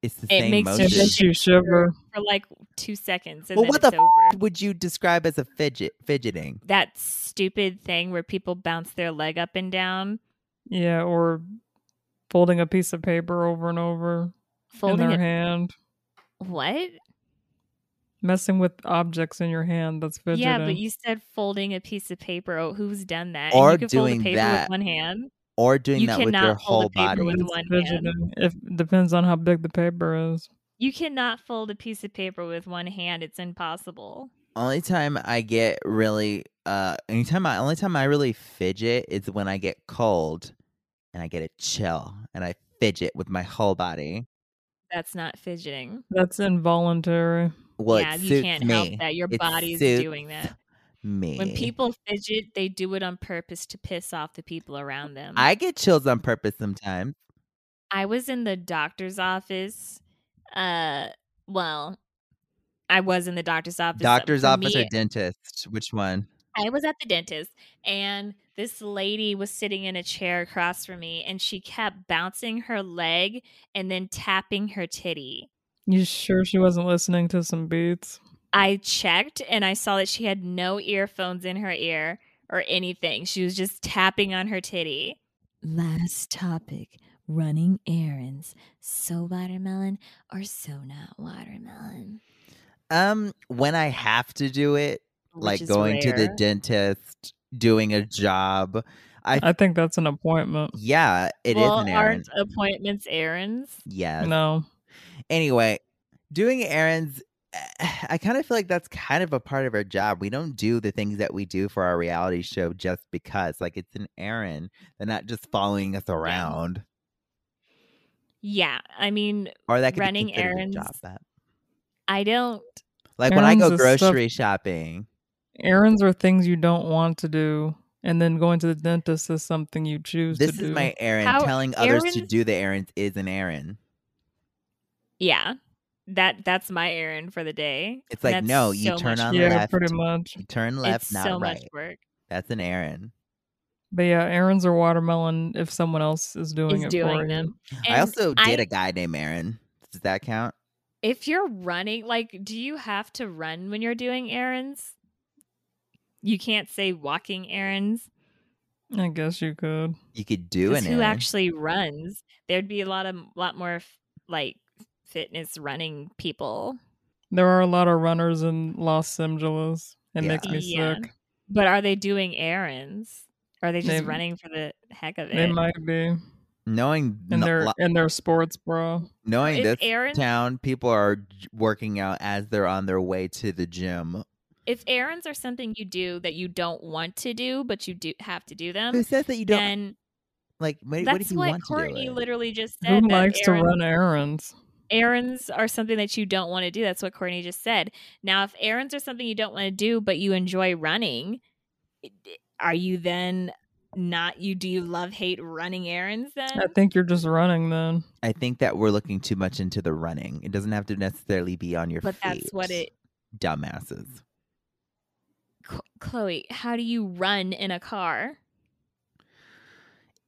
[SPEAKER 1] It's the
[SPEAKER 2] It
[SPEAKER 1] same
[SPEAKER 2] makes you
[SPEAKER 3] It
[SPEAKER 1] motion.
[SPEAKER 2] just-
[SPEAKER 3] makes you shiver.
[SPEAKER 2] for like two seconds and
[SPEAKER 1] Well,
[SPEAKER 2] then
[SPEAKER 1] what
[SPEAKER 2] it's
[SPEAKER 1] the
[SPEAKER 2] over
[SPEAKER 1] What would you describe as a fidget? Fidgeting.
[SPEAKER 2] that stupid thing where people bounce their leg up and down,
[SPEAKER 3] Yeah, or folding a piece of paper over and over in
[SPEAKER 2] folding
[SPEAKER 3] their
[SPEAKER 2] it.
[SPEAKER 3] hand,
[SPEAKER 2] What?
[SPEAKER 3] messing with objects in your hand. That's fidgeting.
[SPEAKER 2] Yeah, but you said folding a piece of paper. Oh, who's done that?
[SPEAKER 1] Or
[SPEAKER 2] you can fold
[SPEAKER 1] doing
[SPEAKER 2] a paper
[SPEAKER 1] that
[SPEAKER 2] with one hand.
[SPEAKER 1] Or doing
[SPEAKER 2] You
[SPEAKER 1] that with your
[SPEAKER 2] cannot
[SPEAKER 1] whole
[SPEAKER 2] hold a paper
[SPEAKER 1] body.
[SPEAKER 2] with
[SPEAKER 3] It's
[SPEAKER 2] one hand.
[SPEAKER 3] fidgeting. It depends on how big the paper is.
[SPEAKER 2] You cannot fold a piece of paper with one hand. It's impossible.
[SPEAKER 1] Only time I get really uh anytime I only time I really fidget is when I get cold and I get a chill and I fidget with my whole body.
[SPEAKER 2] That's not fidgeting.
[SPEAKER 3] That's involuntary.
[SPEAKER 1] Well,
[SPEAKER 2] yeah,
[SPEAKER 1] it
[SPEAKER 2] you
[SPEAKER 1] suits
[SPEAKER 2] can't
[SPEAKER 1] me.
[SPEAKER 2] help that. Your
[SPEAKER 1] It
[SPEAKER 2] body's
[SPEAKER 1] suits
[SPEAKER 2] doing that.
[SPEAKER 1] Me.
[SPEAKER 2] When people fidget, they do it on purpose to piss off the people around them.
[SPEAKER 1] I get chills on purpose sometimes.
[SPEAKER 2] I was in the doctor's office. Uh, well, I was in the doctor's office. uh,
[SPEAKER 1] Doctor's
[SPEAKER 2] For
[SPEAKER 1] office
[SPEAKER 2] me,
[SPEAKER 1] or dentist? Which one?
[SPEAKER 2] I was at the dentist, and this lady was sitting in a chair across from me, and she kept bouncing her leg and then tapping her titty.
[SPEAKER 3] You sure she wasn't listening to some beats?
[SPEAKER 2] I checked, and I saw that she had no earphones in her ear or anything. She was just tapping on her titty. Last topic: running errands. So watermelon or so not watermelon.
[SPEAKER 1] Um, when I have to do it, like going to the dentist, doing a job. I
[SPEAKER 3] I think that's an appointment.
[SPEAKER 1] yeah, it is an errand.
[SPEAKER 2] Aren't appointments errands?
[SPEAKER 1] Yes.
[SPEAKER 3] No.
[SPEAKER 1] Anyway, doing errands eh, I kind of feel like that's kind of a part of our job. We don't do the things that we do for our reality show just because like it's an errand. They're not just following us around.
[SPEAKER 2] Yeah, I mean,
[SPEAKER 1] Or that could
[SPEAKER 2] Running
[SPEAKER 1] be considered a job,
[SPEAKER 2] errands.
[SPEAKER 1] but
[SPEAKER 2] I don't.
[SPEAKER 1] like when I go
[SPEAKER 3] Errands is stuff-
[SPEAKER 1] grocery shopping.
[SPEAKER 3] Errands are things you don't want to do, and then going to the dentist is something you choose
[SPEAKER 1] This
[SPEAKER 3] to
[SPEAKER 1] is
[SPEAKER 3] do.
[SPEAKER 1] my errand.
[SPEAKER 2] How-
[SPEAKER 1] Telling others to
[SPEAKER 2] errands-
[SPEAKER 1] do the errands is an errand.
[SPEAKER 2] Yeah, that that's my errand for the day.
[SPEAKER 1] It's like,
[SPEAKER 2] That's
[SPEAKER 1] no, you
[SPEAKER 2] so
[SPEAKER 1] turn
[SPEAKER 2] much
[SPEAKER 1] on
[SPEAKER 3] yeah,
[SPEAKER 1] left.
[SPEAKER 3] pretty much.
[SPEAKER 1] You turn
[SPEAKER 2] work.
[SPEAKER 1] left,
[SPEAKER 2] It's
[SPEAKER 1] not
[SPEAKER 2] so
[SPEAKER 1] right.
[SPEAKER 2] much work.
[SPEAKER 1] That's an errand.
[SPEAKER 3] But yeah, errands are watermelon if someone else is doing
[SPEAKER 2] Is
[SPEAKER 3] it for
[SPEAKER 2] doing
[SPEAKER 3] you.
[SPEAKER 2] them.
[SPEAKER 1] I
[SPEAKER 2] And
[SPEAKER 1] also
[SPEAKER 2] I-
[SPEAKER 1] did a guy named Aaron. Does that count?
[SPEAKER 2] if you're running, like, do you have to run when you're doing errands? You can't say walking errands.
[SPEAKER 3] I guess you could.
[SPEAKER 1] You could do
[SPEAKER 2] 'cause
[SPEAKER 1] an
[SPEAKER 2] Who
[SPEAKER 1] errand.
[SPEAKER 2] actually runs? There'd be a lot of lot more f- like fitness running people.
[SPEAKER 3] There are a lot of runners in Los Angeles. It
[SPEAKER 1] Yeah.
[SPEAKER 3] makes me
[SPEAKER 2] Yeah.
[SPEAKER 3] sick.
[SPEAKER 2] But are they doing errands? Or are they just
[SPEAKER 3] They-
[SPEAKER 2] running for the heck of it?
[SPEAKER 3] They might be
[SPEAKER 1] knowing
[SPEAKER 3] in
[SPEAKER 1] kno-
[SPEAKER 3] their
[SPEAKER 1] lo-
[SPEAKER 3] in their sports bra.
[SPEAKER 1] knowing
[SPEAKER 2] If
[SPEAKER 1] this
[SPEAKER 2] errands
[SPEAKER 1] town, people are j- working out as they're on their way to the gym.
[SPEAKER 2] if errands are something you do that you don't want to do but you do have to do them,
[SPEAKER 1] Who says that you don't
[SPEAKER 2] Um, then
[SPEAKER 1] like? What, what if
[SPEAKER 2] that's
[SPEAKER 1] you
[SPEAKER 2] what
[SPEAKER 1] want to
[SPEAKER 2] Courtney
[SPEAKER 1] do? it?
[SPEAKER 2] literally just said.
[SPEAKER 3] Who
[SPEAKER 2] that
[SPEAKER 3] likes to
[SPEAKER 2] errands-
[SPEAKER 3] run errands?
[SPEAKER 2] errands are something that you don't want to do. That's what Courtney just said. Now, if errands are something you don't want to do, but you enjoy running, are you then not you? Do you love hate running errands then?
[SPEAKER 3] I think you're just running then.
[SPEAKER 1] I think that we're looking too much into the running. It doesn't have to necessarily be on your
[SPEAKER 2] but
[SPEAKER 1] feet.
[SPEAKER 2] that's what it.
[SPEAKER 1] Dumbasses.
[SPEAKER 2] Ch- Chloe, how do you run in a car?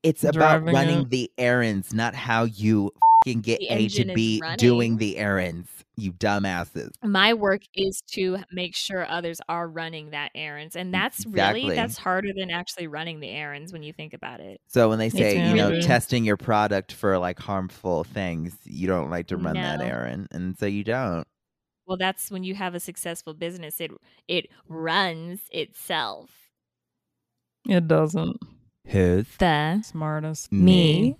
[SPEAKER 1] It's about
[SPEAKER 3] Driving
[SPEAKER 1] running
[SPEAKER 3] it.
[SPEAKER 1] the errands, not how you fing get
[SPEAKER 2] The
[SPEAKER 1] A
[SPEAKER 2] engine
[SPEAKER 1] to
[SPEAKER 2] is
[SPEAKER 1] B
[SPEAKER 2] running.
[SPEAKER 1] doing the errands. You dumbasses.
[SPEAKER 2] My work is to make sure others are running that errands, and that's
[SPEAKER 1] Exactly.
[SPEAKER 2] really that's harder than actually running the errands when you think about it.
[SPEAKER 1] So when they
[SPEAKER 3] It's
[SPEAKER 1] say you know
[SPEAKER 3] really-
[SPEAKER 1] testing your product for like harmful things, you don't like to run that
[SPEAKER 2] No.
[SPEAKER 1] errand, and so you don't.
[SPEAKER 2] Well, that's when you have a successful business. It it runs itself.
[SPEAKER 3] It doesn't.
[SPEAKER 1] Who's
[SPEAKER 2] The
[SPEAKER 3] Smartest.
[SPEAKER 2] Me.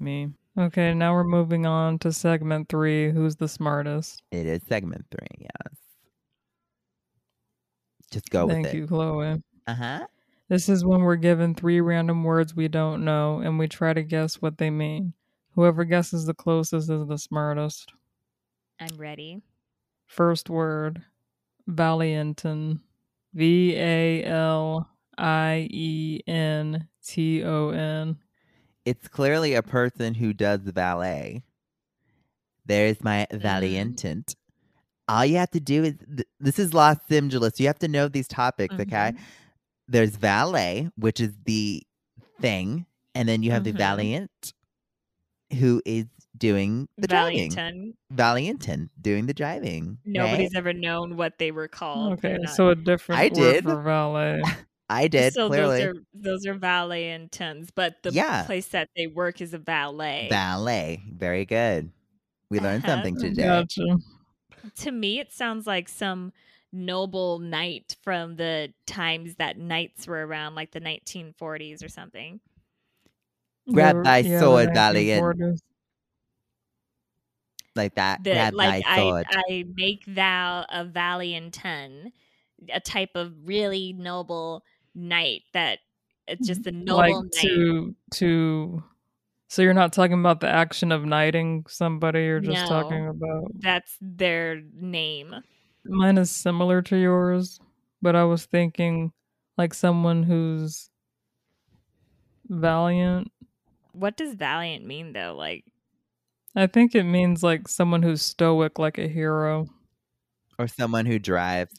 [SPEAKER 3] Me. Okay, now we're moving on to segment three. Who's the smartest?
[SPEAKER 1] It is segment three. Yes. Just go
[SPEAKER 3] Thank
[SPEAKER 1] with it.
[SPEAKER 3] you, Chloe.
[SPEAKER 1] Uh
[SPEAKER 3] Uh-huh.
[SPEAKER 1] huh.
[SPEAKER 3] This is when we're given three random words we don't know and we try to guess what they mean. Whoever guesses the closest is the smartest.
[SPEAKER 2] I'm ready.
[SPEAKER 3] First word Valianton. V A L I E N T O N.
[SPEAKER 1] It's clearly a person who does ballet. There's my
[SPEAKER 2] Mm.
[SPEAKER 1] valiantent. All you have to do is th- this is Los Angeles. You have to know these topics, okay?
[SPEAKER 2] Mhm.
[SPEAKER 1] There's valet, which is the thing, and then you have
[SPEAKER 2] Mhm.
[SPEAKER 1] the valiant, who is doing the driving.
[SPEAKER 2] Valianton.
[SPEAKER 1] Valiantin doing the driving.
[SPEAKER 2] Nobody's
[SPEAKER 1] right?
[SPEAKER 2] ever known what they were called.
[SPEAKER 3] Okay,
[SPEAKER 2] They're not-
[SPEAKER 3] so a different
[SPEAKER 1] I
[SPEAKER 3] word
[SPEAKER 1] did.
[SPEAKER 3] for valet.
[SPEAKER 1] I did
[SPEAKER 2] so
[SPEAKER 1] clearly.
[SPEAKER 2] those are those are Valiantons, but the
[SPEAKER 1] Yeah.
[SPEAKER 2] place that they work is a valet.
[SPEAKER 1] ballet. Very good. We learned
[SPEAKER 2] Uh-huh.
[SPEAKER 1] something today.
[SPEAKER 3] Gotcha.
[SPEAKER 2] to me, it sounds like some noble knight from the times that knights were around, like the 1940s or something.
[SPEAKER 1] Grab
[SPEAKER 3] The-
[SPEAKER 1] thy
[SPEAKER 3] yeah, the
[SPEAKER 1] sword, valiant.
[SPEAKER 3] 1940s.
[SPEAKER 1] Like that.
[SPEAKER 2] The,
[SPEAKER 1] grab
[SPEAKER 2] like
[SPEAKER 1] thy sword.
[SPEAKER 2] I, I make thou a Valianton, a type of really noble knight that it's just a noble
[SPEAKER 3] Mm-hmm. like
[SPEAKER 2] knight.
[SPEAKER 3] to to so you're not talking about the action of knighting somebody you're just
[SPEAKER 2] No.
[SPEAKER 3] talking about
[SPEAKER 2] That's their name.
[SPEAKER 3] mine is similar to yours but i was thinking like someone who's valiant
[SPEAKER 2] What does valiant mean though? Like
[SPEAKER 3] i think it means like someone who's stoic like a hero
[SPEAKER 1] or someone who drives.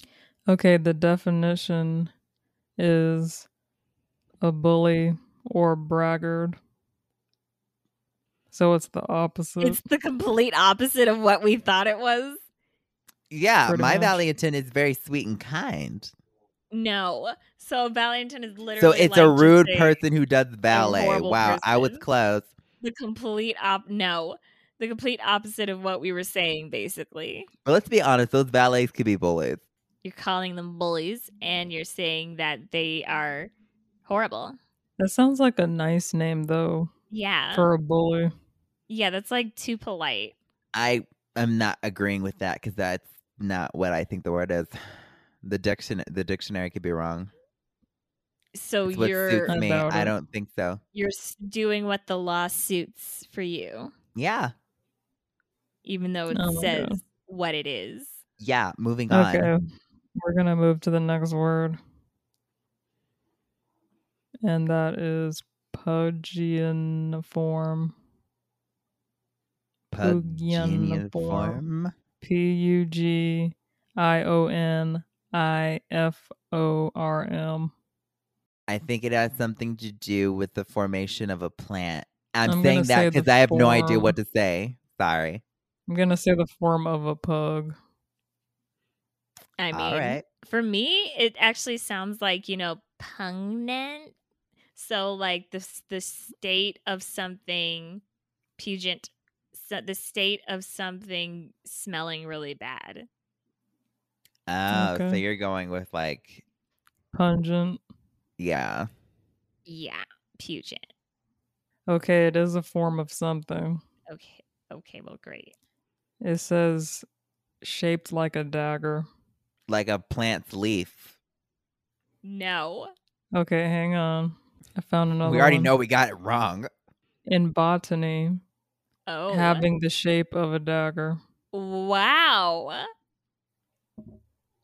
[SPEAKER 3] okay the definition is a bully or braggart so it's the opposite
[SPEAKER 2] it's the complete opposite of what we thought it was.
[SPEAKER 1] Yeah,
[SPEAKER 3] Pretty
[SPEAKER 1] my
[SPEAKER 3] much.
[SPEAKER 1] Valiantin is very sweet and kind.
[SPEAKER 2] No. So Valianton is literally
[SPEAKER 1] So it's
[SPEAKER 2] like
[SPEAKER 1] a
[SPEAKER 2] just
[SPEAKER 1] rude
[SPEAKER 2] a-
[SPEAKER 1] person who does ballet.
[SPEAKER 2] horrible
[SPEAKER 1] Wow, I was
[SPEAKER 2] person.
[SPEAKER 1] close.
[SPEAKER 2] The complete op no. The complete opposite of what we were saying, basically.
[SPEAKER 1] But let's be honest, those valets could be bullies.
[SPEAKER 2] You're calling them bullies and you're saying that they are horrible.
[SPEAKER 3] That sounds like a nice name though
[SPEAKER 2] Yeah.
[SPEAKER 3] for a bully.
[SPEAKER 2] yeah, that's like too polite.
[SPEAKER 1] I am not agreeing with that because that's not what I think the word is. The diction the dictionary could be wrong.
[SPEAKER 2] So
[SPEAKER 1] It's what
[SPEAKER 2] you're
[SPEAKER 1] suits me.
[SPEAKER 3] About
[SPEAKER 1] I
[SPEAKER 3] it.
[SPEAKER 1] don't think so.
[SPEAKER 2] you're s- doing what the law suits for you,
[SPEAKER 1] Yeah.
[SPEAKER 2] even though it
[SPEAKER 3] Oh my
[SPEAKER 2] says
[SPEAKER 3] God.
[SPEAKER 2] what it is.
[SPEAKER 1] Yeah. Moving on.
[SPEAKER 3] Okay. We're going to move to the next word. And that is Pugianiform.
[SPEAKER 1] Puginiform.
[SPEAKER 3] Puginiform. P U G I O N I F O R M.
[SPEAKER 1] I think it has something to do with the formation of a plant. I'm,
[SPEAKER 3] I'm
[SPEAKER 1] saying
[SPEAKER 3] gonna say
[SPEAKER 1] that
[SPEAKER 3] the
[SPEAKER 1] because I have no idea
[SPEAKER 3] form.
[SPEAKER 1] what to say. Sorry.
[SPEAKER 3] I'm gonna say the form of a pug.
[SPEAKER 2] I mean,
[SPEAKER 1] All right.
[SPEAKER 2] for me, it actually sounds like you know pungent. So like the s- the state of something pungent, so the state of something smelling really bad.
[SPEAKER 1] Oh, so
[SPEAKER 3] Okay.
[SPEAKER 1] you're going with like,
[SPEAKER 3] Pungent.
[SPEAKER 1] yeah.
[SPEAKER 2] Yeah, pungent.
[SPEAKER 3] Okay, it is a form of something.
[SPEAKER 2] Okay, okay, well, great.
[SPEAKER 3] It says shaped like a dagger.
[SPEAKER 1] like a plant's leaf.
[SPEAKER 2] No,
[SPEAKER 3] Okay, hang on. I found another.
[SPEAKER 1] we already
[SPEAKER 3] one.
[SPEAKER 1] know we got it wrong.
[SPEAKER 3] in botany,
[SPEAKER 2] oh,
[SPEAKER 3] having the shape of a dagger.
[SPEAKER 2] wow,
[SPEAKER 1] Eh.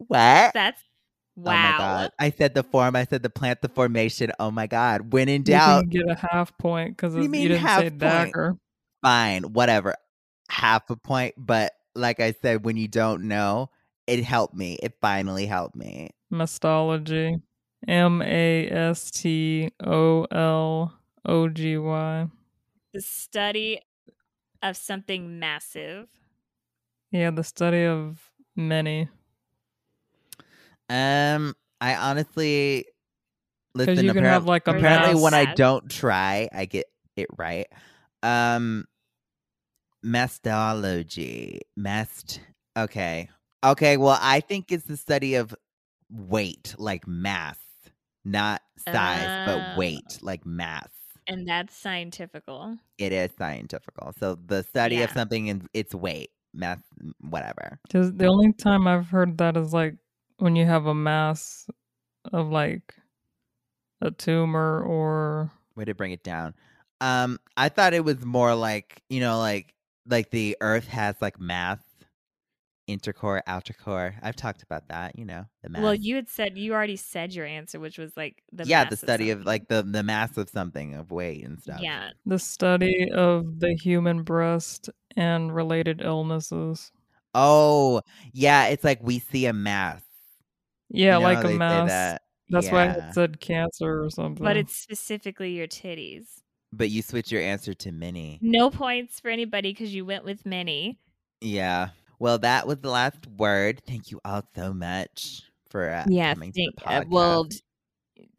[SPEAKER 1] What?
[SPEAKER 2] that's wow.
[SPEAKER 1] Oh my god. I said the form, I said the plant, the formation. Oh my god. When in
[SPEAKER 3] You
[SPEAKER 1] doubt,
[SPEAKER 3] can get a half point because
[SPEAKER 1] What do
[SPEAKER 3] you,
[SPEAKER 1] you mean
[SPEAKER 3] didn't
[SPEAKER 1] half
[SPEAKER 3] say
[SPEAKER 1] point?
[SPEAKER 3] dagger.
[SPEAKER 1] fine, whatever. Half a point, but like I said when you don't know, it helped me. It finally helped me.
[SPEAKER 3] Mastology. M A S T O L O G Y.
[SPEAKER 2] The study of something massive.
[SPEAKER 3] Yeah, the study of many.
[SPEAKER 1] Um I honestly
[SPEAKER 3] Because
[SPEAKER 1] listen
[SPEAKER 3] you can
[SPEAKER 1] apparent-
[SPEAKER 3] have like a
[SPEAKER 1] apparently
[SPEAKER 3] mouse.
[SPEAKER 1] when I
[SPEAKER 2] Sad.
[SPEAKER 1] don't try, I get it right. Um mastology. Mast okay. Okay, well I think it's the study of weight, like mass, not size,
[SPEAKER 2] Ah.
[SPEAKER 1] but weight, like mass.
[SPEAKER 2] And that's scientifical.
[SPEAKER 1] It is scientific. So the study of
[SPEAKER 2] Yeah.
[SPEAKER 1] something and its weight, mass whatever.
[SPEAKER 3] 'Cause the only time I've heard that is like when you have a mass of like a tumor or.
[SPEAKER 1] way to bring it down. Um, I thought it was more like you know, like like the Earth has like math, intercore, outer core. I've talked about that, you know, the math.
[SPEAKER 2] Well, you had said you already said your answer, which was like the
[SPEAKER 1] yeah,
[SPEAKER 2] mass
[SPEAKER 1] the study of
[SPEAKER 2] something.
[SPEAKER 1] like the the mass of something of weight and stuff.
[SPEAKER 2] yeah.
[SPEAKER 3] The study of the human breast and related illnesses.
[SPEAKER 1] Oh, yeah. It's like we see a mass. you
[SPEAKER 3] Yeah,
[SPEAKER 1] know how
[SPEAKER 3] like
[SPEAKER 1] they
[SPEAKER 3] a
[SPEAKER 1] say
[SPEAKER 3] mass.
[SPEAKER 1] that?
[SPEAKER 3] That's why I
[SPEAKER 1] Yeah.
[SPEAKER 3] said cancer or something.
[SPEAKER 1] Mm-hmm.
[SPEAKER 2] But it's specifically your titties.
[SPEAKER 1] But you switch your answer to mini.
[SPEAKER 2] No points for anybody because you went with many.
[SPEAKER 1] Yeah. Well, that was the last word. Thank you all so much for uh, coming to the podcast.
[SPEAKER 2] well,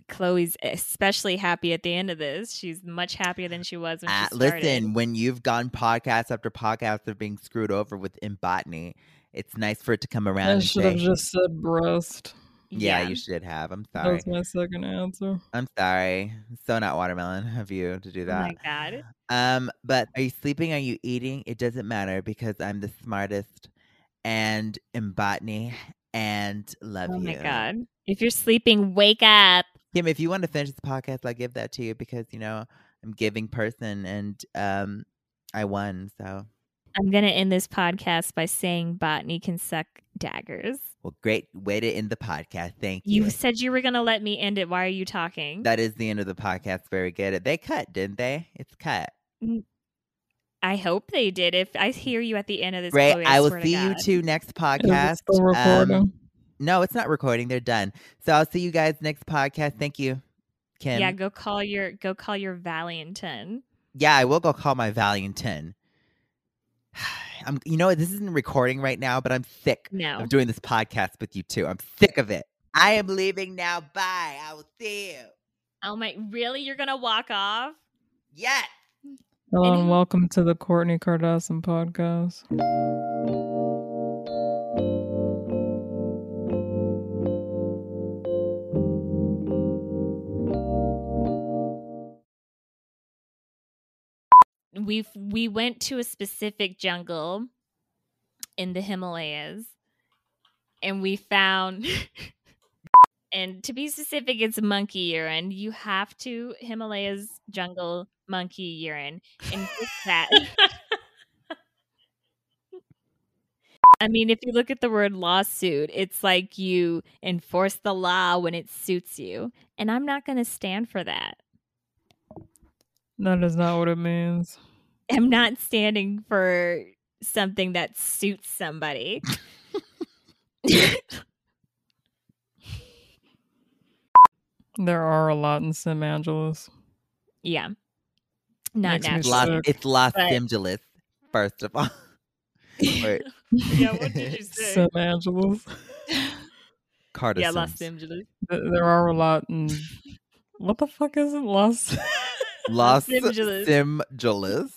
[SPEAKER 2] Chloe's especially happy at the end of this. She's much happier than she was when
[SPEAKER 1] Uh,
[SPEAKER 2] she started.
[SPEAKER 1] listen, when you've gone podcast after podcast of being screwed over with in botany, it's nice for it to come around.
[SPEAKER 3] I
[SPEAKER 1] and
[SPEAKER 3] should have
[SPEAKER 1] say,
[SPEAKER 3] just said breast.
[SPEAKER 1] yeah, you should have. I'm
[SPEAKER 3] That
[SPEAKER 1] sorry.
[SPEAKER 3] was my second answer.
[SPEAKER 1] I'm sorry. So not watermelon of you to do
[SPEAKER 2] Oh my
[SPEAKER 1] that.
[SPEAKER 2] god.
[SPEAKER 1] Um, but are you sleeping? Are you eating? It doesn't matter because I'm the smartest and in botany and love
[SPEAKER 2] Oh
[SPEAKER 1] you.
[SPEAKER 2] my god. If you're sleeping, wake up.
[SPEAKER 1] Kim, if you want to finish this podcast, I give that to you because you know I'm giving person and um I won, so
[SPEAKER 2] I'm gonna end this podcast by saying botany can suck daggers.
[SPEAKER 1] Well, great way to end the podcast. Thank you.
[SPEAKER 2] You said you were gonna let me end it. Why are you talking?
[SPEAKER 1] that is the end of the podcast. Very good. They cut, didn't they? It's cut.
[SPEAKER 2] I hope they did. If I hear you at the end of this,
[SPEAKER 1] Great.
[SPEAKER 2] Chloe,
[SPEAKER 1] I will
[SPEAKER 2] swear to
[SPEAKER 1] see you
[SPEAKER 2] God.
[SPEAKER 1] two next
[SPEAKER 3] Is it
[SPEAKER 1] podcast.
[SPEAKER 3] still
[SPEAKER 1] Um,
[SPEAKER 3] recording?
[SPEAKER 1] no, it's not recording. They're done. So I'll see you guys next podcast. Thank you, Kim.
[SPEAKER 2] Yeah, go call your go call your Valianton.
[SPEAKER 1] Yeah, I will go call my Valiantin. I'm, you know, what? this isn't recording right now, but I'm sick
[SPEAKER 2] No.
[SPEAKER 1] of doing this podcast with you two. I'm sick of it. I am leaving now. Bye. I will see you.
[SPEAKER 2] Oh my! Really, you're gonna walk off?
[SPEAKER 1] Yes.
[SPEAKER 3] Hello and
[SPEAKER 2] any-
[SPEAKER 3] welcome to the Courtney Kardashian podcast.
[SPEAKER 2] We have we went to a specific jungle in the Himalayas, and we found. And to be specific, it's monkey urine. You have to Himalayas jungle monkey urine and with that. I mean, if you look at the word lawsuit, it's like you enforce the law when it suits you. And I'm not going to stand for that.
[SPEAKER 3] That is not what it means.
[SPEAKER 2] am not standing for something that suits somebody.
[SPEAKER 3] There are a lot in Sim Angeles.
[SPEAKER 2] yeah. Not
[SPEAKER 3] Makes me
[SPEAKER 2] natural.
[SPEAKER 1] Los,
[SPEAKER 3] Sick.
[SPEAKER 1] it's Los
[SPEAKER 2] But-
[SPEAKER 1] Angeles, first of all. Wait.
[SPEAKER 5] yeah, what did you say?
[SPEAKER 3] Some Angeles.
[SPEAKER 1] Carter.
[SPEAKER 2] yeah, Los Angeles.
[SPEAKER 3] Th- There are a lot. In... What the fuck is it, Los?
[SPEAKER 1] Los
[SPEAKER 2] Angeles.
[SPEAKER 1] Angeles.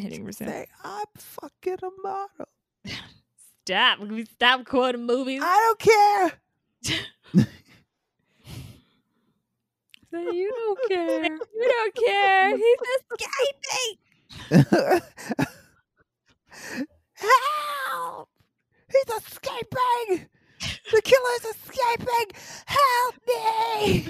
[SPEAKER 3] Hitting percent.
[SPEAKER 1] Say, I'm fucking a model.
[SPEAKER 2] Stop. Can we Stop quoting movies.
[SPEAKER 3] Ah.
[SPEAKER 1] I don't
[SPEAKER 3] So you don't care.
[SPEAKER 2] You don't care. He's just escaping.
[SPEAKER 1] care. Help! He's escaping! The killer's escaping! Help me!